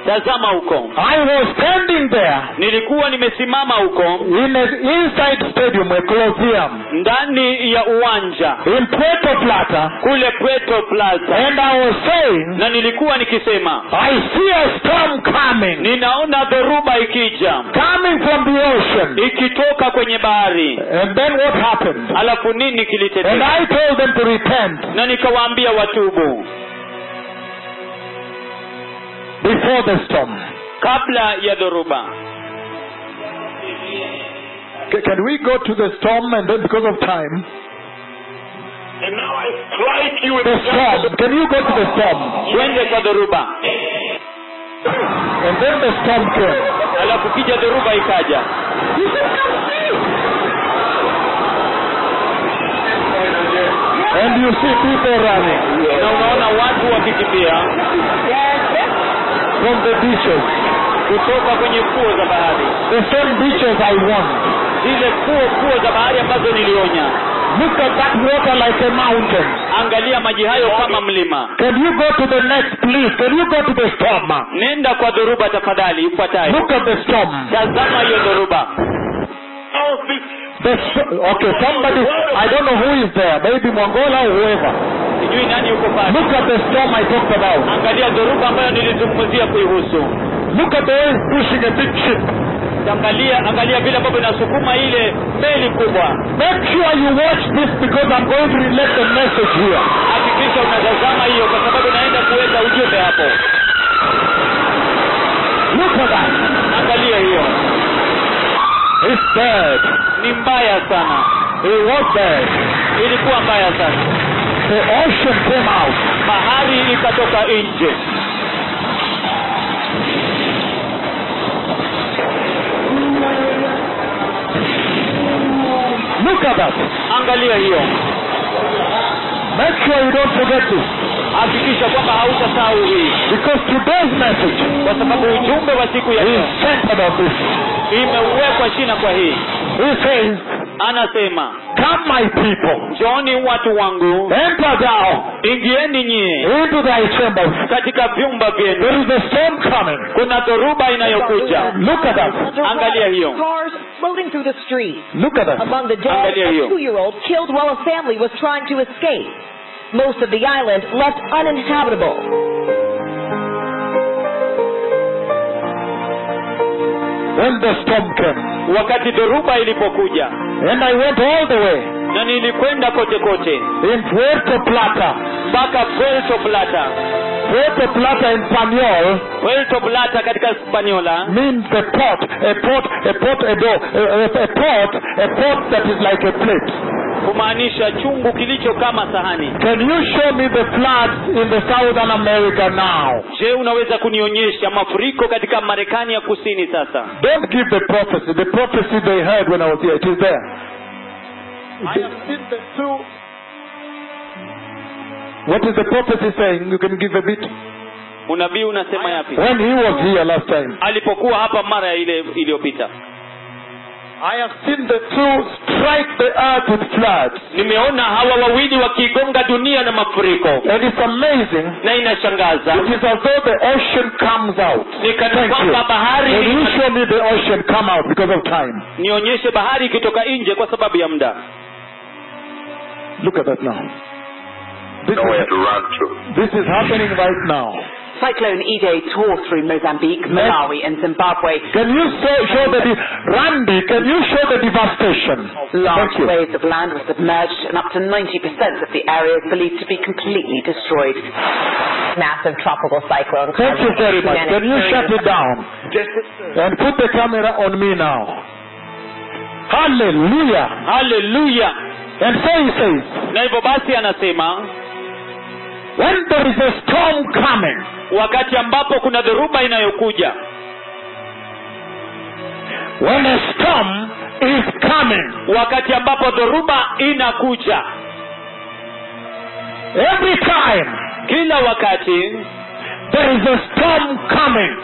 S2: tazama huko
S1: I was standing there
S2: nilikuwa nimesimama huko
S1: in an inside stadium, a coliseum,
S2: ndani ya uwanja
S1: in Puerto Plata,
S2: kule Puerto Plaza
S1: and I was saying,
S2: na nilikuwa nikisema
S1: I see a storm coming,
S2: ninaona dhoruba ikija
S1: coming from the ocean.
S2: ikitoka kwenye bahari
S1: And then what happened?
S2: alafu nini
S1: And
S2: kilitetea
S1: I told them to repent
S2: na nikawaambia watubu
S1: before the storm.
S2: kabla ya dhoruba
S1: C- Can we go to the storm and then because of time?
S3: And now I strike you with
S1: The storm. Can you go to the storm?
S2: twende kwa dhoruba
S1: And then the storm came.
S2: alafu kija dhoruba ikaja
S1: And you see people running
S2: na unaona watu wakikimbia
S1: from the beaches.
S2: kutoka kwenye fuo za bahari
S1: The same beaches I want.
S2: zile fuo fuo za bahari ambazo nilionya
S1: Look at that water like a mountain.
S2: angalia maji hayo kama mlima
S1: Can you go to the next please? Can you go to the storm?
S2: nenda kwa dhoruba tafadhali ifuatayo
S1: Look at the storm.
S2: tazama hiyo dhoruba
S3: house this
S1: The st- okay, somebody, I don't know who is there, maybe Mongola or whoever.
S2: sijui nani yuko pale
S1: Look at the storm I talked about.
S2: angalia dhoruba ambayo nilizungumzia kuihusu
S1: Look at the waves pushing a big ship.
S2: angalia angalia vile ambavyo inasukuma ile meli kubwa
S1: Make sure you watch this because I'm going to relate the message here.
S2: hakikisha unatazama hiyo kwa sababu naenda kuweka ujumbe hapo
S1: Look at that.
S2: angalia hiyo
S1: He's dead.
S2: ni mbaya sana
S1: He was dead.
S2: ilikuwa mbaya sana
S1: The ocean came out.
S2: bahari ikatoka nje
S1: Look at that.
S2: angalia hiyo
S1: Make sure you don't forget this
S2: hakikisha kwamba hautasahau hii
S1: because today's message
S2: kwa sababu ujumbe wa siku ya
S1: is
S2: leo
S1: centered on this.
S2: imewekwa shina kwa hii
S1: He says,
S2: anasema
S1: Come, my people,
S2: njooni watu wangu
S1: enter thou
S2: ingieni nyie
S1: into thy chambers.
S2: katika vyumba vyenu
S1: There is a storm coming.
S2: kuna dhoruba inayokuja
S1: Look at that.
S2: Angalia hiyo.
S4: Cars rolling through the street.
S1: Look at that.
S4: Among the dead,
S2: Angalia hiyo.
S4: a two-year-old killed while a family was trying to escape. Most of the island left uninhabitable.
S1: When the storm came,
S2: wakati dhoruba ilipokuja
S1: and I went all the way
S2: na nilikwenda kote kote
S1: in Puerto Plata,
S2: mpaka Puerto Plata.
S1: Puerto Plata in Spanish
S2: Puerto Plata katika Hispaniola
S1: means a pot, a pot, a pot, a door, a, a, a pot, a pot that is like a plate.
S2: kumaanisha chungu kilicho kama sahani.
S1: Can you show me the floods in the Southern America now?
S2: Je, unaweza kunionyesha mafuriko katika Marekani ya kusini sasa?
S1: Don't give the prophecy. The prophecy they heard when I was here, it is there.
S3: I have seen the two
S1: What is the prophecy saying? You can give a bit.
S2: Unabii unasema yapi?
S1: When he was here last time,
S2: Alipokuwa hapa mara ile iliyopita,
S1: I have seen the two strike the earth with floods.
S2: nimeona hawa wawili wakigonga dunia na mafuriko,
S1: And it's amazing.
S2: na inashangaza
S1: It is as though the ocean comes out.
S2: ni kana
S1: Thank you.
S2: kwamba
S1: And
S2: bahari
S1: usually the ocean come out because of time.
S2: nionyeshe bahari ikitoka nje kwa sababu ya muda.
S1: Look at that now. This,
S3: nowhere to
S1: is,
S3: run to.
S1: this is happening right now.
S5: Cyclone Ide tore through Mozambique,
S1: Next.
S5: Malawi, and Zimbabwe.
S1: Can you show, show the de- Randy? Can you show the devastation? Thank
S5: Large
S1: you.
S5: waves of land were submerged, and up to 90% of the area is believed to be completely destroyed.
S4: Massive tropical cyclone.
S1: Thank you very much. Can you shut it down and put the camera on me now? Hallelujah.
S2: Haleluya!
S1: And so he says,
S2: Na hivyo basi anasema
S1: when there is a storm coming,
S2: wakati ambapo kuna dhoruba inayokuja
S1: when a storm is coming,
S2: wakati ambapo dhoruba inakuja
S1: every time
S2: kila wakati
S1: there is a storm coming,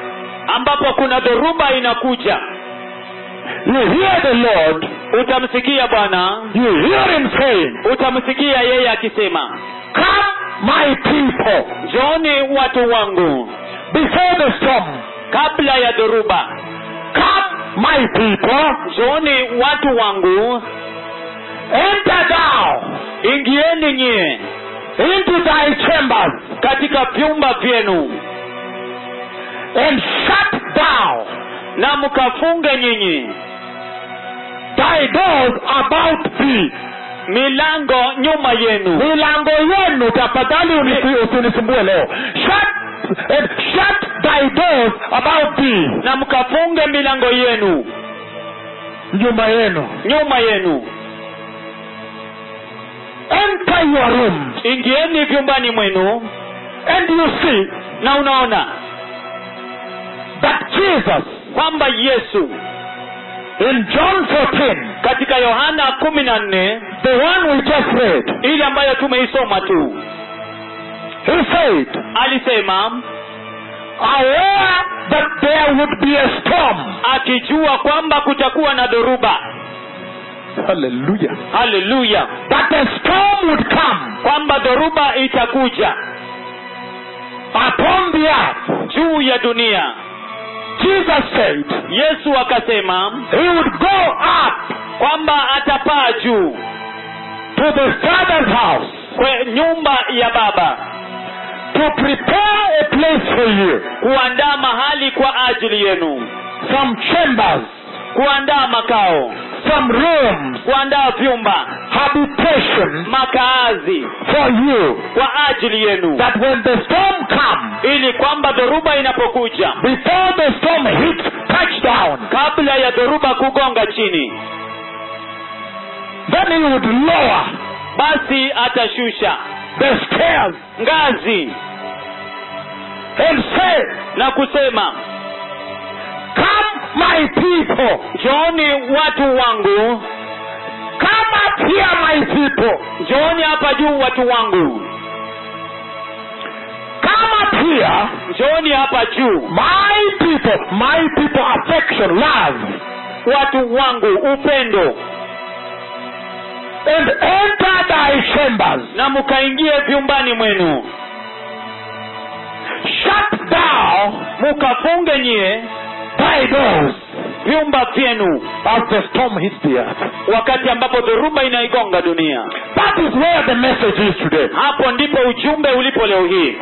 S2: ambapo kuna dhoruba inakuja
S1: you hear the Lord,
S2: utamsikia bwana
S1: you hear him saying,
S2: utamsikia yeye akisema
S1: Come, my people,
S2: njooni watu wangu
S1: before the storm.
S2: kabla ya dhoruba
S1: Come, my people,
S2: njooni watu wangu
S1: enter thou
S2: ingieni nyie
S1: into thy chambers
S2: katika vyumba vyenu
S1: and shut thou
S2: na mkafunge nyinyi
S1: thy doors about thee.
S2: milango nyuma yenu
S1: Milango yenu tafadhali unisi- usinisumbue leo. Shut, and shut thy doors about thee.
S2: na mkafunge milango yenu
S1: Nyuma yenu.
S2: nyuma yenu
S1: Enter your rooms
S2: ingieni vyumbani mwenu
S1: and you see
S2: na unaona
S1: that Jesus
S2: kwamba yesu
S1: in John 14,
S2: katika yohana kumi na nne
S1: the one we just read,
S2: ile ambayo tumeisoma tu
S1: he said,
S2: alisema
S1: aware that there would be a storm.
S2: akijua kwamba kutakuwa na dhoruba
S1: Hallelujah.
S2: haleluya
S1: That a storm would come
S2: kwamba dhoruba itakuja
S1: upon the earth.
S2: juu ya dunia
S1: Jesus said
S2: yesu akasema
S1: he would go up
S2: kwamba atapaa juu
S1: to the Father's house
S2: kwe nyumba ya baba
S1: to prepare a place for you.
S2: kuandaa mahali kwa ajili yenu
S1: Some chambers,
S2: kuandaa makao
S1: some rooms,
S2: kuandaa vyumba
S1: habitation
S2: makaazi
S1: for you.
S2: kwa ajili yenu
S1: That when the storm comes,
S2: ili kwamba dhoruba inapokuja
S1: before the storm hits touchdown,
S2: kabla ya dhoruba kugonga chini
S1: then he would lower
S2: basi atashusha
S1: the stairs
S2: ngazi
S1: and say,
S2: na kusema
S1: Come, my people.
S2: njooni watu wangu
S1: Come up here, my people.
S2: njooni hapa juu watu wangu
S1: Come up here,
S2: njooni hapa juu
S1: my people. My people, affection, love.
S2: watu wangu upendo
S1: And enter thy chambers.
S2: na mkaingie vyumbani mwenu
S1: Shut thou
S2: mkafunge nyie
S1: thy doors
S2: vyumba vyenu
S1: as the storm hits the earth.
S2: wakati ambapo dhoruba inaigonga dunia
S1: That is where the message is today.
S2: hapo ndipo ujumbe ulipo leo hii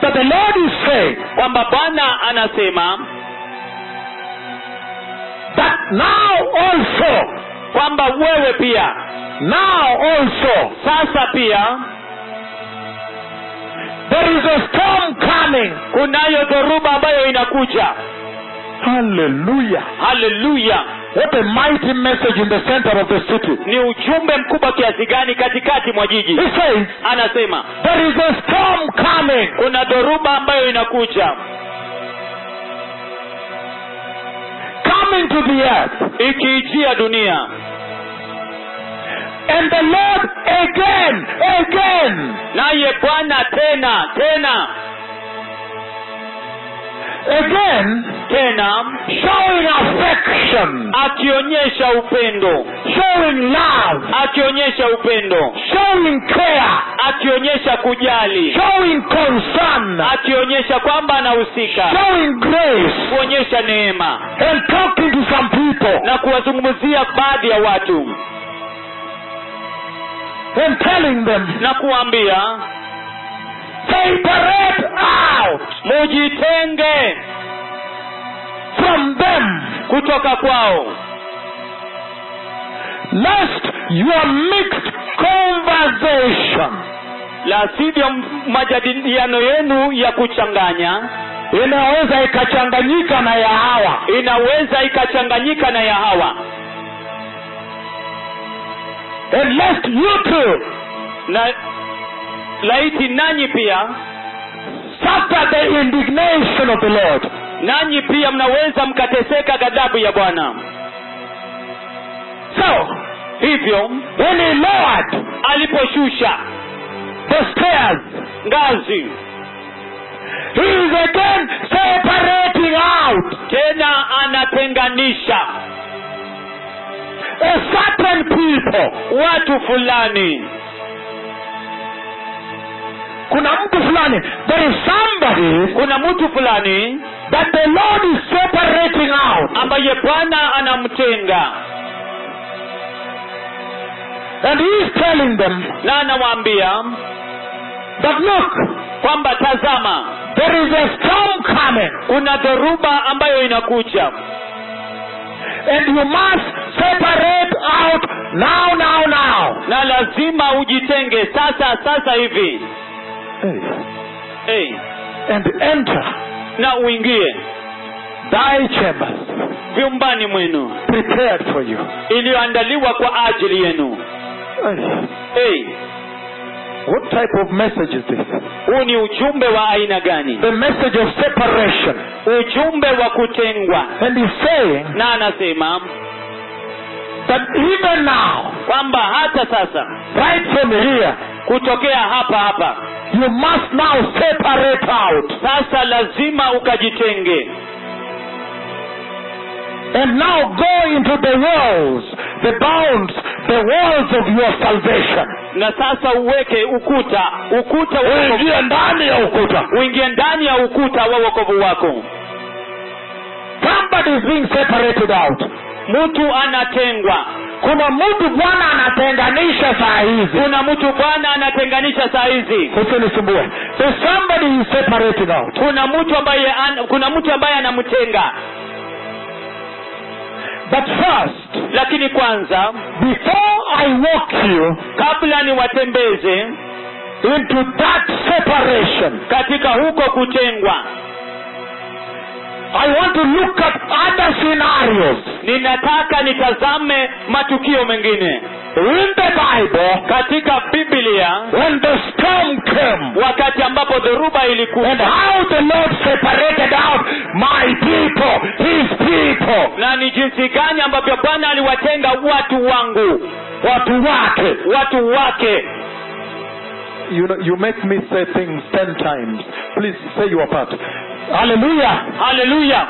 S1: That the Lord is saying
S2: kwamba bwana anasema
S1: that now also,
S2: kwamba wewe pia
S1: now also,
S2: sasa pia
S1: there is a storm coming.
S2: kunayo dhoruba ambayo inakuja
S1: Hallelujah.
S2: haleluya
S1: What a mighty message in the center of the city.
S2: ni ujumbe mkubwa kiasi gani katikati mwa jiji
S1: He says,
S2: anasema
S1: There is a storm coming.
S2: kuna dhoruba ambayo inakuja
S1: Coming to the earth.
S2: ikiijia dunia
S1: And the Lord again, again
S2: naye bwana tena tena
S1: Again,
S2: tena
S1: showing affection,
S2: akionyesha upendo
S1: showing love,
S2: akionyesha upendo
S1: showing care,
S2: akionyesha kujali
S1: showing concern,
S2: akionyesha kwamba anahusika
S1: showing grace,
S2: kuonyesha neema
S1: and talking to some people,
S2: na kuwazungumzia baadhi ya watu
S1: and telling them,
S2: na kuwaambia
S1: separate out
S2: mujitenge
S1: from them,
S2: kutoka kwao
S1: lest your mixed conversation
S2: la sivyo m- majadiliano yenu ya kuchanganya
S1: inaweza ikachanganyika na ya hawa.
S2: inaweza ikachanganyika na ya hawa
S1: And lest you too
S2: na laiti nanyi pia
S1: suffer the indignation of the Lord.
S2: nanyi pia mnaweza mkateseka ghadhabu ya bwana
S1: So,
S2: hivyo
S1: when he lowered
S2: aliposhusha
S1: the stairs,
S2: ngazi
S1: he is again separating out
S2: tena anatenganisha
S1: a certain people.
S2: watu fulani
S1: kuna mtu fulani there is somebody
S2: kuna mtu fulani
S1: that the lord is separating out
S2: ambaye bwana anamtenga
S1: and he is telling them
S2: na anawaambia
S1: that look
S2: kwamba tazama
S1: there is a storm coming
S2: kuna dhoruba ambayo inakuja
S1: and you must separate out now now now
S2: na lazima ujitenge sasa sasa hivi hey,
S1: and enter
S2: na uingie
S1: thy chambers
S2: vyumbani mwenu
S1: prepared for you
S2: iliyoandaliwa kwa ajili yenu hey,
S1: what type of message is this
S2: huu ni ujumbe wa aina gani
S1: the message of separation
S2: ujumbe wa kutengwa
S1: and he's saying
S2: na anasema
S1: that even now
S2: kwamba hata sasa
S1: right from here
S2: kutokea hapa hapa
S1: you must now separate out
S2: sasa lazima ukajitenge
S1: and now go into the walls the bounds the walls of your salvation
S2: na sasa uweke ukuta ukuta wa wokovu-
S1: uingie ndani ya ukuta
S2: uingie ndani ya ukuta wa wokovu wako
S1: somebody is being separated out
S2: mtu anatengwa
S1: kuna mtu bwana anatenganisha saa hizi
S2: kuna mtu bwana anatenganisha saa hizi
S1: usinisumbue there's somebody is separated out
S2: kuna mtu ambaye an, kuna mtu ambaye anamtenga
S1: but first
S2: lakini kwanza
S1: before i walk you
S2: kabla niwatembeze
S1: into that separation
S2: katika huko kutengwa
S1: I want to look at other scenarios
S2: ninataka nitazame matukio mengine
S1: in the Bible
S2: katika biblia
S1: when the storm came
S2: wakati ambapo dhoruba
S1: and
S2: ilikuja
S1: how the Lord separated out my people, His people,
S2: na ni jinsi gani ambavyo bwana aliwatenga watu wangu
S1: watu wake.
S2: watu wake
S1: You know, you make me say things ten times. Please say your part. Hallelujah.
S2: haleluya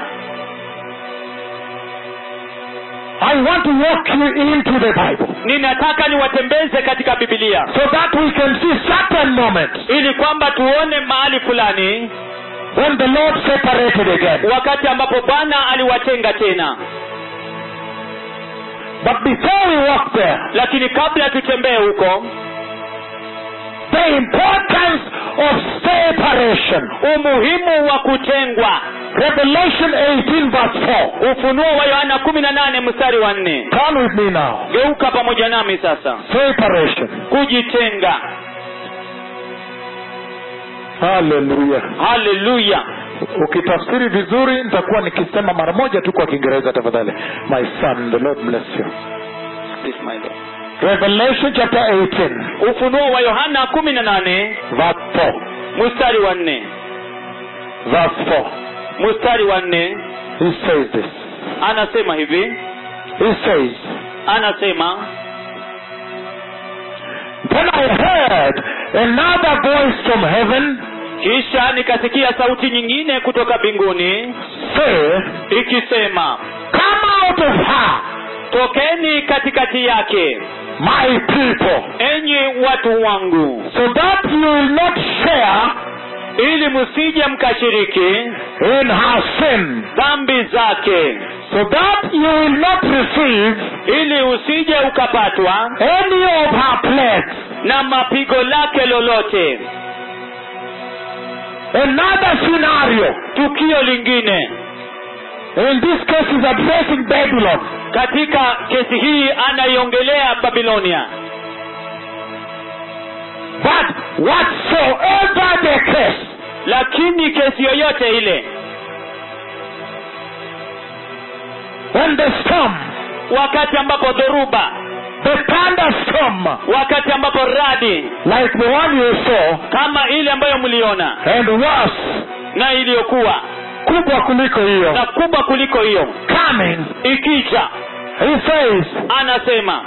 S1: I want to walk you into the Bible
S2: ninataka niwatembeze katika bibilia
S1: so that we can see certain moments
S2: ili kwamba tuone mahali fulani
S1: when the Lord separated again.
S2: wakati ambapo bwana aliwatenga tena
S1: But before we walk there,
S2: lakini kabla tutembee huko
S1: the importance of separation.
S2: umuhimu wa kutengwa
S1: Revelation 18 verse 4.
S2: ufunuo wa yohana kumi na nane mstari wa nne
S1: Come with me now.
S2: geuka pamoja nami sasa
S1: Separation.
S2: kujitenga
S1: Hallelujah.
S2: haleluya
S1: Ukitafsiri vizuri nitakuwa nikisema mara moja tu kwa Kiingereza tafadhali. My son, the Lord bless you. Revelation chapter 18
S2: ufunuo wa yohana kumi na nane
S1: verse 4.
S2: mstari wa nne
S1: Verse 4.
S2: mstari wa nne
S1: He says this.
S2: anasema hivi
S1: He says,
S2: anasema
S1: Then I heard another voice from heaven
S2: kisha nikasikia sauti nyingine kutoka mbinguni
S1: say,
S2: ikisema
S1: Come out of her,
S2: tokeni katikati yake
S1: my people,
S2: enyi watu wangu
S1: so that you will not share
S2: ili msije mkashiriki
S1: in her sin.
S2: dhambi zake
S1: so that you will not receive
S2: ili usije ukapatwa
S1: any of her plagues.
S2: na mapigo lake lolote
S1: Another scenario,
S2: tukio lingine
S1: in this case, is addressing Babylon.
S2: katika kesi hii anaiongelea babilonia
S1: But whatsoever the case,
S2: lakini kesi yoyote ile
S1: when the storm,
S2: wakati ambapo dhoruba
S1: the thunderstorm,
S2: wakati ambapo radi
S1: like the one you saw,
S2: kama ile ambayo mliona
S1: and worse,
S2: na iliyokuwa
S1: kubwa kuliko hiyo,
S2: na kubwa kuliko hiyo
S1: coming,
S2: ikija
S1: he says,
S2: anasema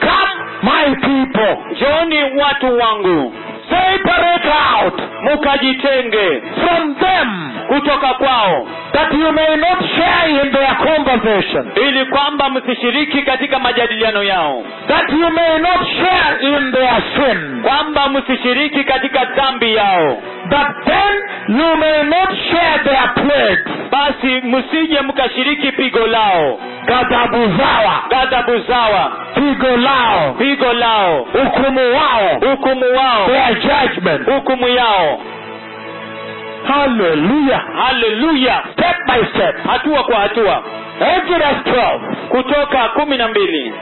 S1: Come, my people,
S2: njooni watu wangu
S1: separate out
S2: mukajitenge
S1: from them
S2: kutoka kwao
S1: that you may not share in their conversation,
S2: ili kwamba msishiriki katika majadiliano yao
S1: that you may not share in their sin,
S2: kwamba msishiriki katika dhambi yao
S1: that then you may not share their plagues,
S2: basi msije mkashiriki pigo lao
S1: ghadhabu zao,
S2: ghadhabu zawa
S1: pigo lao,
S2: pigo lao
S1: hukumu wao,
S2: hukumu wao
S1: their judgment.
S2: hukumu yao
S1: Hallelujah.
S2: haleluya
S1: Step by step.
S2: hatua kwa hatua
S1: Exodus 12.
S2: kutoka kumi na mbili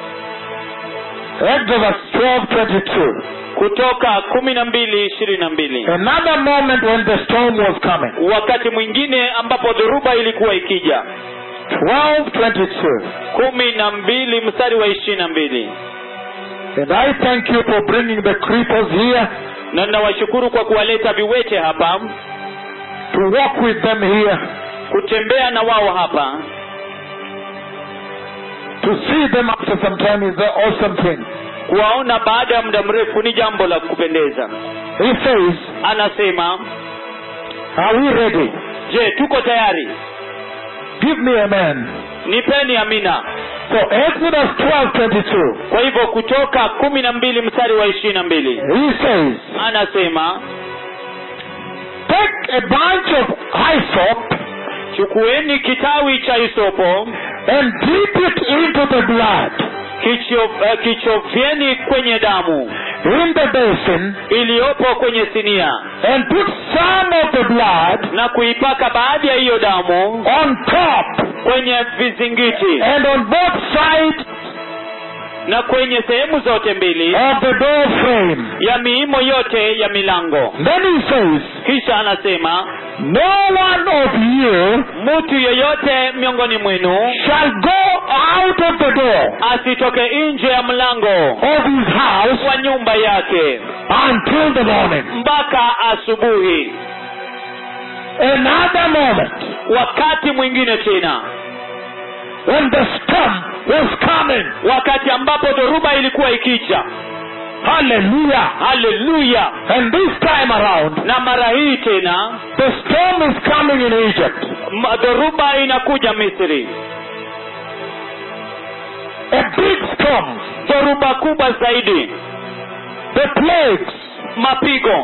S1: Exodus 12, 22.
S2: kutoka kumi na mbili ishirini na mbili
S1: Another moment when the storm was coming.
S2: wakati mwingine ambapo dhoruba ilikuwa ikija
S1: 12, 22.
S2: kumi na mbili mstari wa ishirini na mbili
S1: And I thank you for bringing the cripples here
S2: na ninawashukuru kwa kuwaleta viwete hapa
S1: to walk with them here,
S2: kutembea na wao hapa
S1: to see them after some time is the awesome thing.
S2: kuwaona baada ya muda mrefu ni jambo la kupendeza
S1: He says,
S2: anasema
S1: Are we ready?
S2: je tuko tayari
S1: Give me a man.
S2: nipeni amina
S1: So Exodus 12, 22.
S2: kwa hivyo kutoka kumi na mbili mstari wa ishirini na mbili
S1: He says,
S2: anasema
S1: Take a bunch of hyssop
S2: chukueni kitawi cha isopo
S1: and dip it into the blood
S2: kicho, eh, kichovyeni kwenye damu
S1: in the basin
S2: iliyopo kwenye sinia
S1: and put some of the blood
S2: na kuipaka baadhi ya hiyo damu
S1: on top
S2: kwenye vizingiti
S1: and on both sides
S2: na kwenye sehemu zote mbili
S1: of the door frame.
S2: ya miimo yote ya milango
S1: Then he says,
S2: kisha anasema
S1: No one of you
S2: mtu yeyote miongoni mwenu
S1: shall go out of the door
S2: asitoke nje ya mlango
S1: of his house
S2: wa nyumba yake
S1: until the morning.
S2: mpaka asubuhi
S1: Another moment,
S2: wakati mwingine tena
S1: when the storm was coming,
S2: wakati ambapo dhoruba ilikuwa ikija
S1: hallelujah.
S2: haleluya
S1: And this time around,
S2: na mara hii tena
S1: the storm is coming in Egypt.
S2: m- dhoruba inakuja misri
S1: A big storm,
S2: dhoruba kubwa zaidi
S1: the plagues,
S2: mapigo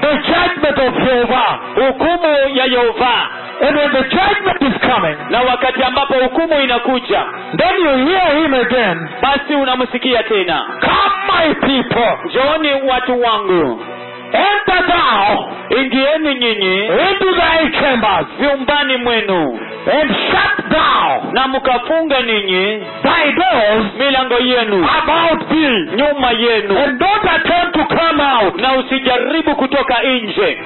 S1: the judgment of Jehovah.
S2: hukumu ya yehova
S1: And when the judgment is coming,
S2: na wakati ambapo hukumu inakuja
S1: then you hear him again.
S2: basi unamsikia tena
S1: Come, my people,
S2: njooni watu wangu
S1: enter thou
S2: ingieni nyinyi
S1: into thy chambers,
S2: vyumbani mwenu
S1: and shut thou
S2: na mkafunga ninyi
S1: thy doors
S2: milango yenu
S1: about thee,
S2: nyuma yenu
S1: and don't attempt to come out.
S2: na usijaribu kutoka nje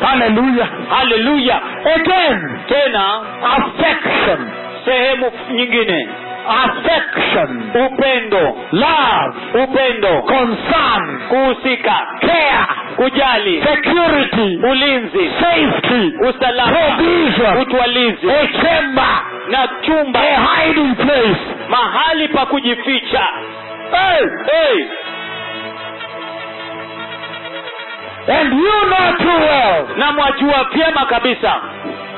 S1: Hallelujah.
S2: haleluya
S1: Again,
S2: tena
S1: affection,
S2: sehemu nyingine
S1: affection,
S2: upendo
S1: love,
S2: upendo
S1: concern,
S2: kuhusika
S1: care,
S2: kujali
S1: security,
S2: ulinzi
S1: safety,
S2: usalama
S1: provision,
S2: utwalizi
S1: a chamber.
S2: na
S1: a
S2: chumba
S1: hiding place.
S2: mahali pa kujificha
S1: Hey,
S2: hey,
S1: and you know too well
S2: na mwajua vyema kabisa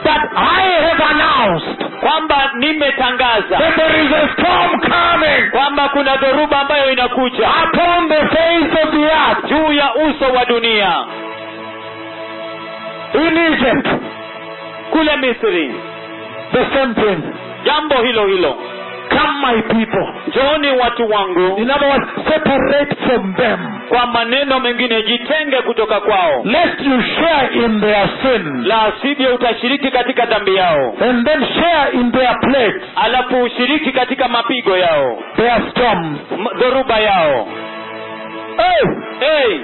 S1: that I have announced
S2: kwamba
S1: that
S2: nimetangaza
S1: there is a storm coming
S2: kwamba kuna dhoruba ambayo inakuja
S1: upon the face of the earth
S2: juu ya uso wa dunia
S1: in Egypt.
S2: kule misri
S1: The same thing.
S2: jambo hilo hilo
S1: Come, my people.
S2: njooni watu wangu
S1: In other words, separate from them,
S2: kwa maneno mengine jitenge kutoka kwao
S1: lest you share in their sin
S2: la sivyo utashiriki katika dhambi yao
S1: and then share in their plagues,
S2: alafu ushiriki katika mapigo yao
S1: their storms.
S2: m- dhoruba yao
S1: Hey,
S2: hey,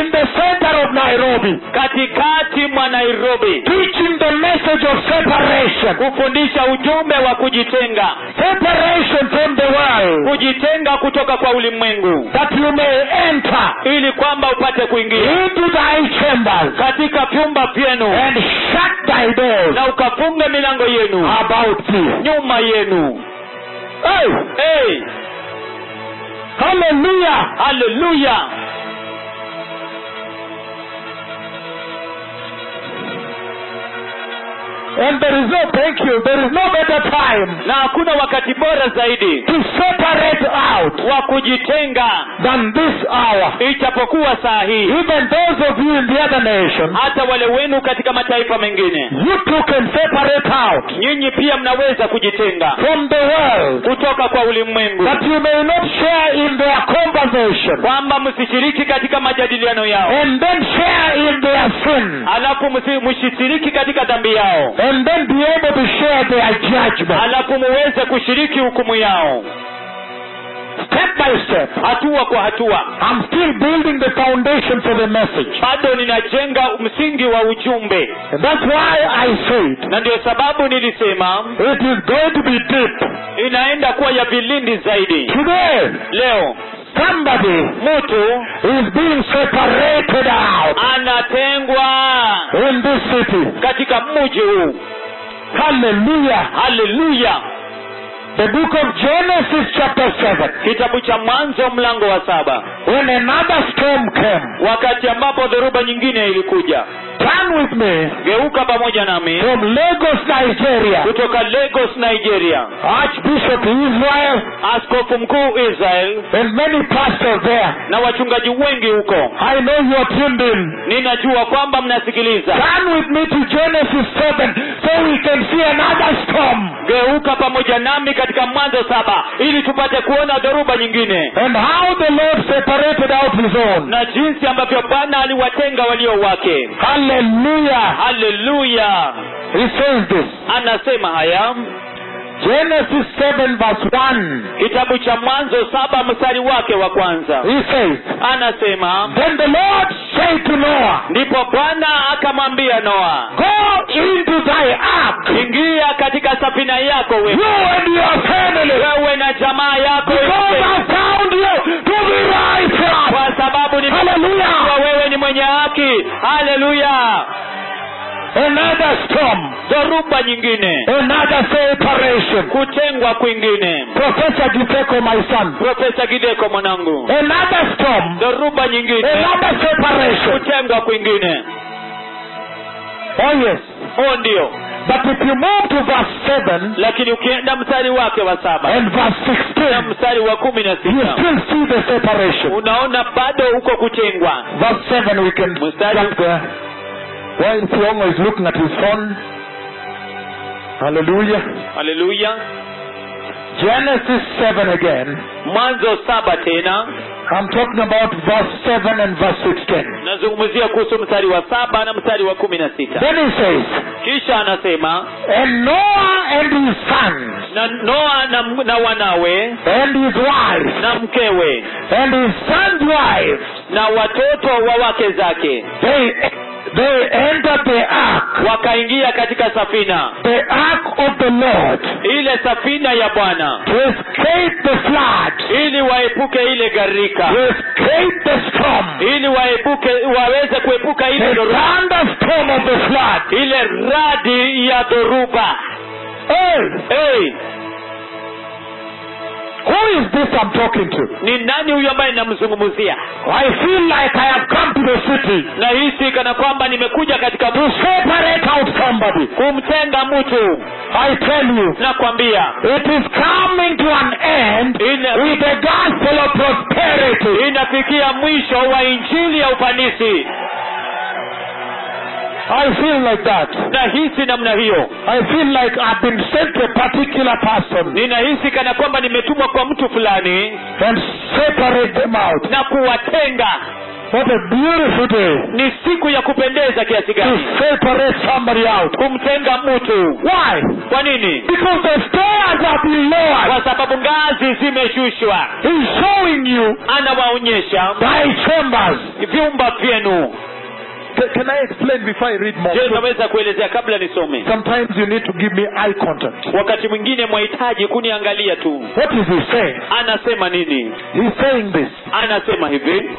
S1: in the center of Nairobi,
S2: katikati mwa nairobi
S1: teaching the message of separation.
S2: kufundisha ujumbe wa kujitenga
S1: separation from the world
S2: kujitenga kutoka kwa ulimwengu
S1: that you may enter
S2: ili kwamba upate kuingia
S1: into thy chambers
S2: katika vyumba vyenu
S1: and shut thy doors
S2: na ukafunga milango yenu
S1: about thee.
S2: nyuma yenu
S1: Hey,
S2: hey,
S1: hallelujah!
S2: haleluya
S1: And there is no thank you. There is no better time
S2: na hakuna wakati bora zaidi
S1: to separate out
S2: wa kujitenga
S1: than this hour.
S2: ijapokuwa saa hii
S1: Even those of you in the other nations,
S2: hata wale wenu katika mataifa mengine
S1: you too can separate out
S2: nyinyi pia mnaweza kujitenga
S1: from the world
S2: kutoka kwa ulimwengu
S1: that you may not share in their conversation
S2: kwamba msishiriki katika majadiliano yao
S1: and then share in their sin
S2: alafu msi- msishiriki katika dhambi yao
S1: and then be able to share their judgment
S2: alafu muweze kushiriki hukumu yao
S1: step by step.
S2: hatua kwa hatua
S1: I'm still building the foundation for the message.
S2: bado ninajenga msingi wa ujumbe
S1: And that's why I said
S2: na ndio sababu nilisema
S1: it is going to be deep.
S2: inaenda kuwa ya vilindi zaidi
S1: Today,
S2: leo
S1: somebody
S2: mtu
S1: is being separated out
S2: anatengwa
S1: in this city.
S2: katika mji huu
S1: Hallelujah.
S2: haleluya
S1: The book of Genesis chapter 7.
S2: kitabu cha mwanzo mlango wa saba
S1: When another storm came,
S2: wakati ambapo dhoruba nyingine ilikuja
S1: turn with me
S2: geuka pamoja nami
S1: from Lagos, Nigeria,
S2: kutoka lagos nigeria
S1: Archbishop Israel,
S2: askofu mkuu israel
S1: and many pastors there.
S2: na wachungaji wengi huko
S1: I know you are tuned in.
S2: ninajua kwamba mnasikiliza
S1: Turn with me to Genesis 7 so we can see another storm
S2: geuka pamoja nami katika mwanzo saba ili tupate kuona dhoruba nyingine
S1: and how the Lord separated out his own.
S2: na jinsi ambavyo bwana aliwatenga walio wake
S1: Hallelujah.
S2: haleluya
S1: He says this
S2: anasema haya
S1: Genesis 7, verse 1.
S2: kitabu cha mwanzo saba mstari wake wa kwanza
S1: He says,
S2: anasema
S1: Then the Lord said to Noah,
S2: ndipo bwana akamwambia noa
S1: Go into thy ark,
S2: ingia katika safina yako
S1: you
S2: wewe
S1: and your family.
S2: wewe na jamaa yako
S1: Because I
S2: yote,
S1: found you to be righteous.
S2: kwa sababu ni
S1: Hallelujah.
S2: kwa wewe ni mwenye haki haleluya
S1: Another storm,
S2: dhoruba nyingine
S1: another separation.
S2: kutengwa kwingine
S1: Professor Giteko, my son.
S2: profesa gideko mwanangu
S1: Another storm,
S2: dhoruba nyingine
S1: another separation.
S2: kutengwa kwingine
S1: Oh yes.
S2: huo ndio
S1: But if you move to verse 7
S2: lakini ukienda mstari wake wa saba
S1: and verse
S2: na
S1: 16,
S2: mstari wa kumi na
S1: you
S2: sita
S1: still see the separation.
S2: unaona bado huko kutengwa
S1: Verse 7, we can
S2: Mstari-
S1: jump there. While Siongo is looking at his phone. Hallelujah.
S2: haleluya
S1: Genesis 7 again.
S2: mwanzo saba tena
S1: I'm talking about verse 7 and verse 16.
S2: nazungumzia kuhusu mstari wa saba na mstari wa kumi na sita
S1: Then he says,
S2: kisha anasema
S1: And Noah and his sons,
S2: na noa na, na wanawe
S1: and his wife,
S2: na mkewe
S1: and his sons' wives,
S2: na watoto wa wake zake
S1: they, they entered the ark,
S2: wakaingia katika safina
S1: the ark of the Lord,
S2: ile safina ya bwana
S1: to escape the flood,
S2: ili waepuke ile gharika
S1: to escape the storm,
S2: ili waepuke waweze kuepuka
S1: the
S2: ile dhoruba
S1: thunderstorm of the flood.
S2: ile radi ya dhoruba
S1: Hey,
S2: hey,
S1: who is this I'm talking to?
S2: ni nani huyu ambaye namzungumzia
S1: I feel like I have come to the city
S2: na hisi kana kwamba nimekuja katika
S1: to
S2: mtu
S1: separate out somebody.
S2: kumtenga mtu
S1: I tell you,
S2: nakwambia
S1: It is coming to an end
S2: Ina-
S1: with the gospel of prosperity.
S2: inafikia mwisho wa injili ya ufanisi
S1: I feel like that.
S2: na hisi namna hiyo
S1: I feel like I've been sent to a particular person
S2: ninahisi kana kwamba nimetumwa kwa mtu fulani
S1: and separate them out.
S2: na kuwatenga
S1: What a beautiful day
S2: ni siku ya kupendeza kiasi
S1: to
S2: gani
S1: separate somebody out.
S2: kumtenga mtu
S1: Why?
S2: kwa nini
S1: Because the stairs have been lowered.
S2: kwa sababu ngazi zimeshushwa
S1: He's showing you
S2: anawaonyesha
S1: thy chambers.
S2: vyumba vyenu
S1: C- Can I explain before I read more?
S2: je naweza kuelezea kabla nisome
S1: Sometimes you need to give me eye contact.
S2: wakati mwingine mwahitaji kuniangalia tu
S1: What is he saying?
S2: anasema nini
S1: He's saying this.
S2: anasema hivi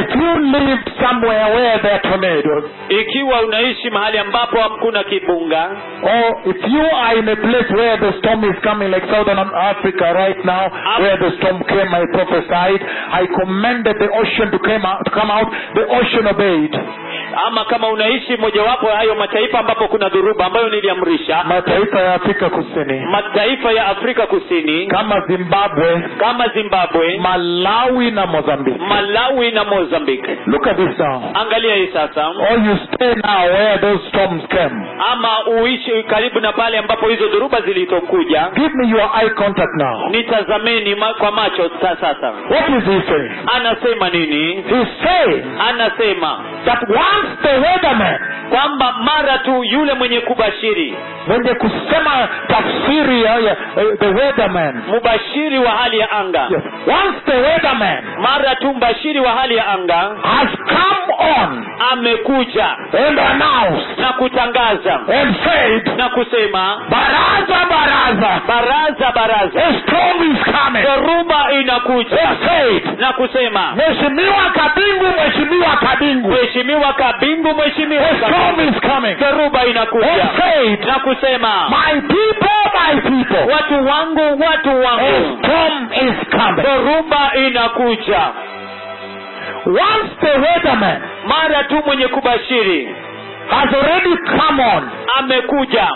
S1: If you lived somewhere where there are tornadoes,
S2: ikiwa unaishi mahali ambapo hakuna kibunga
S1: or if you are in a place where the storm is coming, like Southern Africa right now, where the storm came, I prophesied, I commanded the ocean to, came out, to come out, the ocean obeyed.
S2: ama kama unaishi mojawapo ya hayo mataifa ambapo kuna dhuruba ambayo niliamrisha
S1: mataifa ya afrika kusini
S2: mataifa ya afrika kusini
S1: kama zimbabwe
S2: kama zimbabwe
S1: malawi na mozambique
S2: malawi na mozambique
S1: look at this now
S2: angalia hii sasa
S1: or you stay now where those storms came
S2: ama uishi karibu na pale ambapo hizo dhuruba zilitokuja
S1: give me your eye contact now
S2: nitazameni ma- kwa macho sa- sasa
S1: what is he saying
S2: anasema nini
S1: he's saying
S2: anasema
S1: that once the weatherman
S2: kwamba mara tu yule mwenye kubashiri
S1: mwenye kusema tafsiri ya, ya, eh, the weatherman
S2: mubashiri wa hali ya anga
S1: yes. once the weatherman
S2: mara tu mbashiri wa hali ya anga
S1: has come on
S2: amekuja
S1: and announced
S2: na kutangaza
S1: and said
S2: na kusema
S1: baraza baraza
S2: baraza baraza
S1: a storm is coming
S2: dhoruba inakuja
S1: and said
S2: na kusema
S1: mheshimiwa kabingu mheshimiwa kabingu
S2: mheshimiwa kabingu mheshimiwa
S1: a storm
S2: kabingu."
S1: is coming
S2: dhoruba
S1: and
S2: inakuja
S1: said
S2: na kusema
S1: my people my people
S2: watu wangu watu
S1: a
S2: wangu
S1: storm is coming
S2: dhoruba inakuja
S1: once the weatherman
S2: mara tu mwenye kubashiri
S1: has already come on
S2: amekuja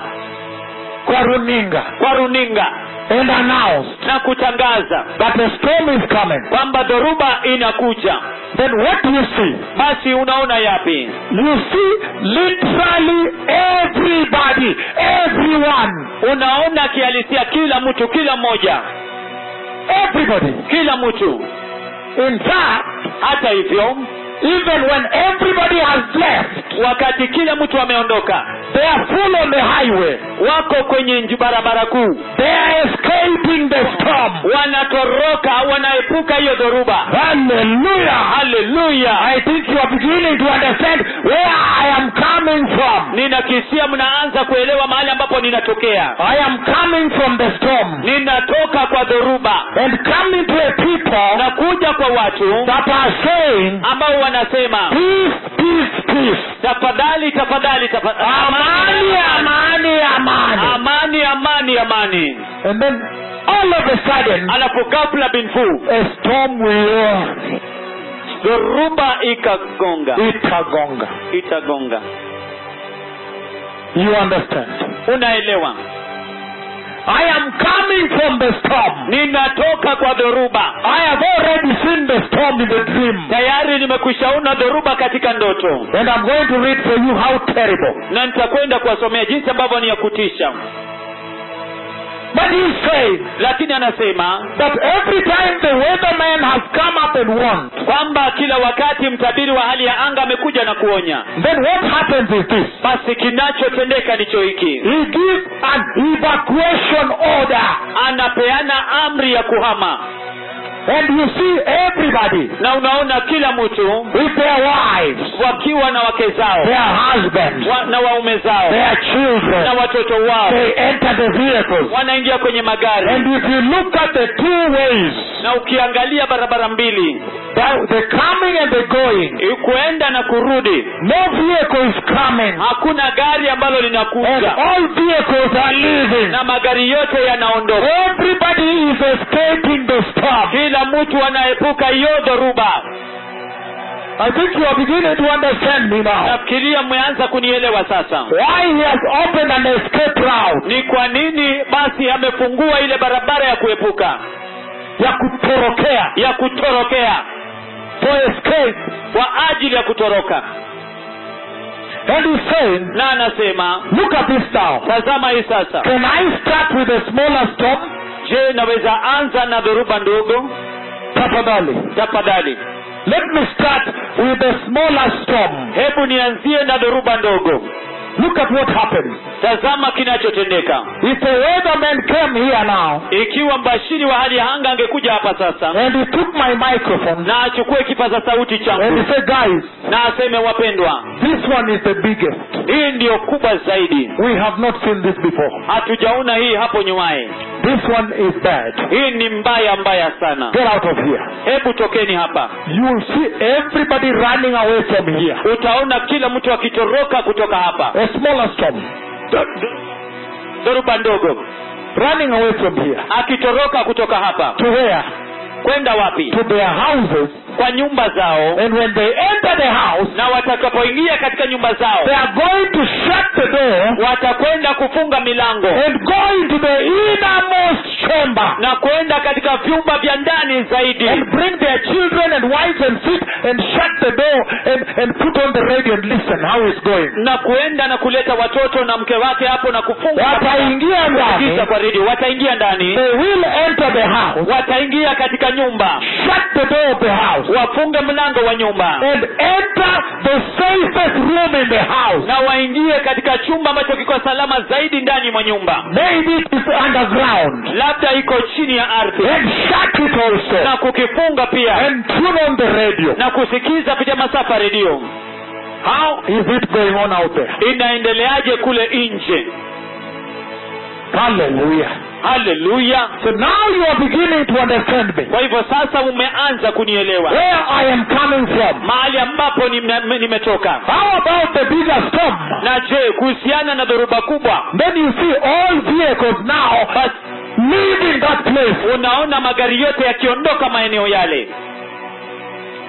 S1: kwa runinga
S2: kwa runinga
S1: and announced
S2: na kutangaza
S1: that a storm is coming
S2: kwamba dhoruba inakuja
S1: then what do you see
S2: basi unaona yapi
S1: you see literally everybody everyone
S2: unaona kihalisia kila mtu kila mmoja
S1: everybody
S2: kila mtu
S1: in fact
S2: hata hivyo
S1: even when everybody has left
S2: wakati kila mtu ameondoka
S1: they are full on the highway
S2: wako kwenye nji- barabara kuu
S1: they are escaping the storm
S2: wanatoroka wanaepuka hiyo dhoruba
S1: hallelujah
S2: haleluya
S1: i think you are beginning to understand where i am coming from
S2: ninakisia mnaanza kuelewa mahali ambapo ninatokea
S1: i am coming from the storm
S2: ninatoka kwa dhoruba
S1: and coming to a people
S2: na kuja kwa watu
S1: that are saying
S2: ambao wanasema
S1: peace peace peace
S2: tafadhali tafadhali tafadhali
S1: amani amani amani
S2: amani amani amani
S1: and then all of a sudden
S2: alafu ghafla binfu
S1: a storm will
S2: dhoruba ikagonga
S1: itagonga
S2: itagonga
S1: you understand
S2: unaelewa
S1: i am coming from the storm
S2: ninatoka kwa dhoruba
S1: i have already seen the storm in the dream
S2: tayari nimekwishaona dhoruba katika ndoto
S1: and i'm going to read for you how terrible
S2: na nitakwenda kuwasomea jinsi ambavyo ni ya kutisha
S1: but he says
S2: lakini anasema
S1: that every time the weatherman has come up and warned
S2: kwamba kila wakati mtabiri wa hali ya anga amekuja na kuonya
S1: then what happens is this
S2: basi kinachotendeka ndicho hiki
S1: he gives an evacuation order
S2: anapeana amri ya kuhama
S1: and you see everybody
S2: na unaona kila mtu
S1: with their wives
S2: wakiwa na wake zao
S1: their husbands,
S2: wa, na waume zao
S1: their children.
S2: na watoto wao
S1: They enter the vehicles.
S2: wanaingia kwenye
S1: And
S2: magari
S1: if you look at the two ways,
S2: na ukiangalia barabara mbili
S1: the, the coming and the going,
S2: kuenda na kurudi
S1: no vehicle is coming,
S2: hakuna gari ambalo
S1: and
S2: linakuja
S1: all vehicles are leaving.
S2: na magari yote yanaondoka
S1: Everybody is escaping the storm.
S2: kila mtu anaepuka hiyo dhoruba
S1: I think you are beginning to understand me now.
S2: nafikiria mmeanza kunielewa sasa
S1: Why he has opened an escape route
S2: ni kwa nini basi amefungua ile barabara ya kuepuka
S1: ya kutorokea
S2: ya kutorokea
S1: for escape.
S2: kwa ajili ya kutoroka
S1: And he's saying,
S2: na anasema
S1: look at this now.
S2: tazama hii sasa
S1: Can I start with a smaller storm?
S2: je naweza anza na dhoruba ndogo
S1: Tafadhali.
S2: tafadhali
S1: Let me start with the smaller storm.
S2: hebu nianzie na dhoruba ndogo
S1: Look at what happens.
S2: tazama kinachotendeka
S1: If the weatherman came here now
S2: ikiwa mbashiri wa hali ya anga angekuja hapa sasa
S1: and he took my microphone
S2: na achukue kipaza sauti
S1: and he
S2: changu
S1: said, guys,
S2: na aseme wapendwa
S1: this one is the biggest.
S2: hii ndiyo kubwa zaidi
S1: We have not seen this before.
S2: hatujaona hii hapo nyumaye
S1: This one is bad.
S2: hii ni mbaya mbaya sana
S1: Get out of here.
S2: hebu tokeni hapa
S1: You will see everybody running away from here.
S2: utaona kila mtu akitoroka kutoka hapa
S1: A smaller storm.
S2: dhoruba ndogo
S1: Running away from here.
S2: akitoroka kutoka hapa
S1: To where?
S2: kwenda wapi
S1: To their houses
S2: kwa nyumba zao
S1: And when they enter the house,
S2: na watakapoingia katika nyumba zao
S1: they are going to shut the door
S2: watakwenda kufunga milango
S1: and go into the innermost chamber
S2: na kwenda katika vyumba vya ndani zaidi
S1: and bring their children and wives and sit and shut the door and, and put on the radio and listen how it's going.
S2: na kuenda na kuleta watoto na mke wake hapo na kufunga
S1: Wataingia ndani,
S2: Kusikiza kwa redio wataingia ndani
S1: they will enter the house,
S2: wataingia katika nyumba
S1: shut the door of the house,
S2: wafunge mlango wa nyumba
S1: and enter the safest room in the house.
S2: na waingie katika chumba ambacho kiko salama zaidi ndani mwa nyumba
S1: Maybe it's underground
S2: labda iko chini ya ardhi
S1: and shut it also
S2: na kukifunga pia
S1: and turn on the radio.
S2: na kusikiza kupitia masafa redio
S1: How is it going on out there?
S2: inaendeleaje kule nje
S1: Hallelujah.
S2: haleluya
S1: So now you are beginning to understand me.
S2: kwa hivyo sasa umeanza kunielewa
S1: Where I am coming from.
S2: mahali ambapo nime- nimetoka
S1: How about the bigger storm?
S2: na je kuhusiana na dhoruba kubwa
S1: Then you see all vehicles now
S2: basi
S1: leaving that place.
S2: unaona magari yote yakiondoka maeneo yale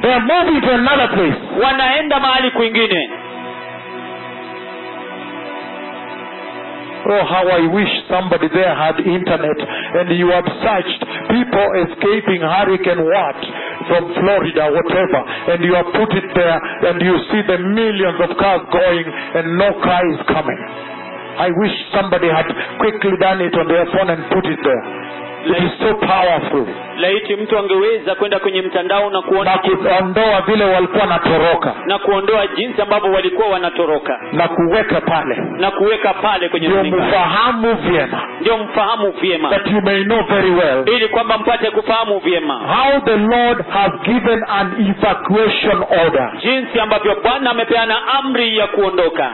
S1: They are moving to another place.
S2: wanaenda mahali kwingine
S1: Oh, how I wish somebody there had internet and you had searched people escaping hurricane what from Florida, whatever, and you have put it there and you see the millions of cars going and no car is coming. I wish somebody had quickly done it on their phone and put it there. It is so powerful.
S2: laiti mtu angeweza kwenda kwenye mtandao na
S1: Na
S2: kuona
S1: kuondoa vile walikuwa natoroka
S2: na kuondoa jinsi ambavyo walikuwa wanatoroka
S1: na kuweka pale,
S2: na kuweka pale kwenye
S1: ndio
S2: runinga.
S1: mfahamu vyema,
S2: ndio mfahamu vyema
S1: that you may know very well
S2: ili kwamba mpate kufahamu vyema
S1: how the Lord has given an evacuation order.
S2: jinsi ambavyo bwana amepeana amri ya kuondoka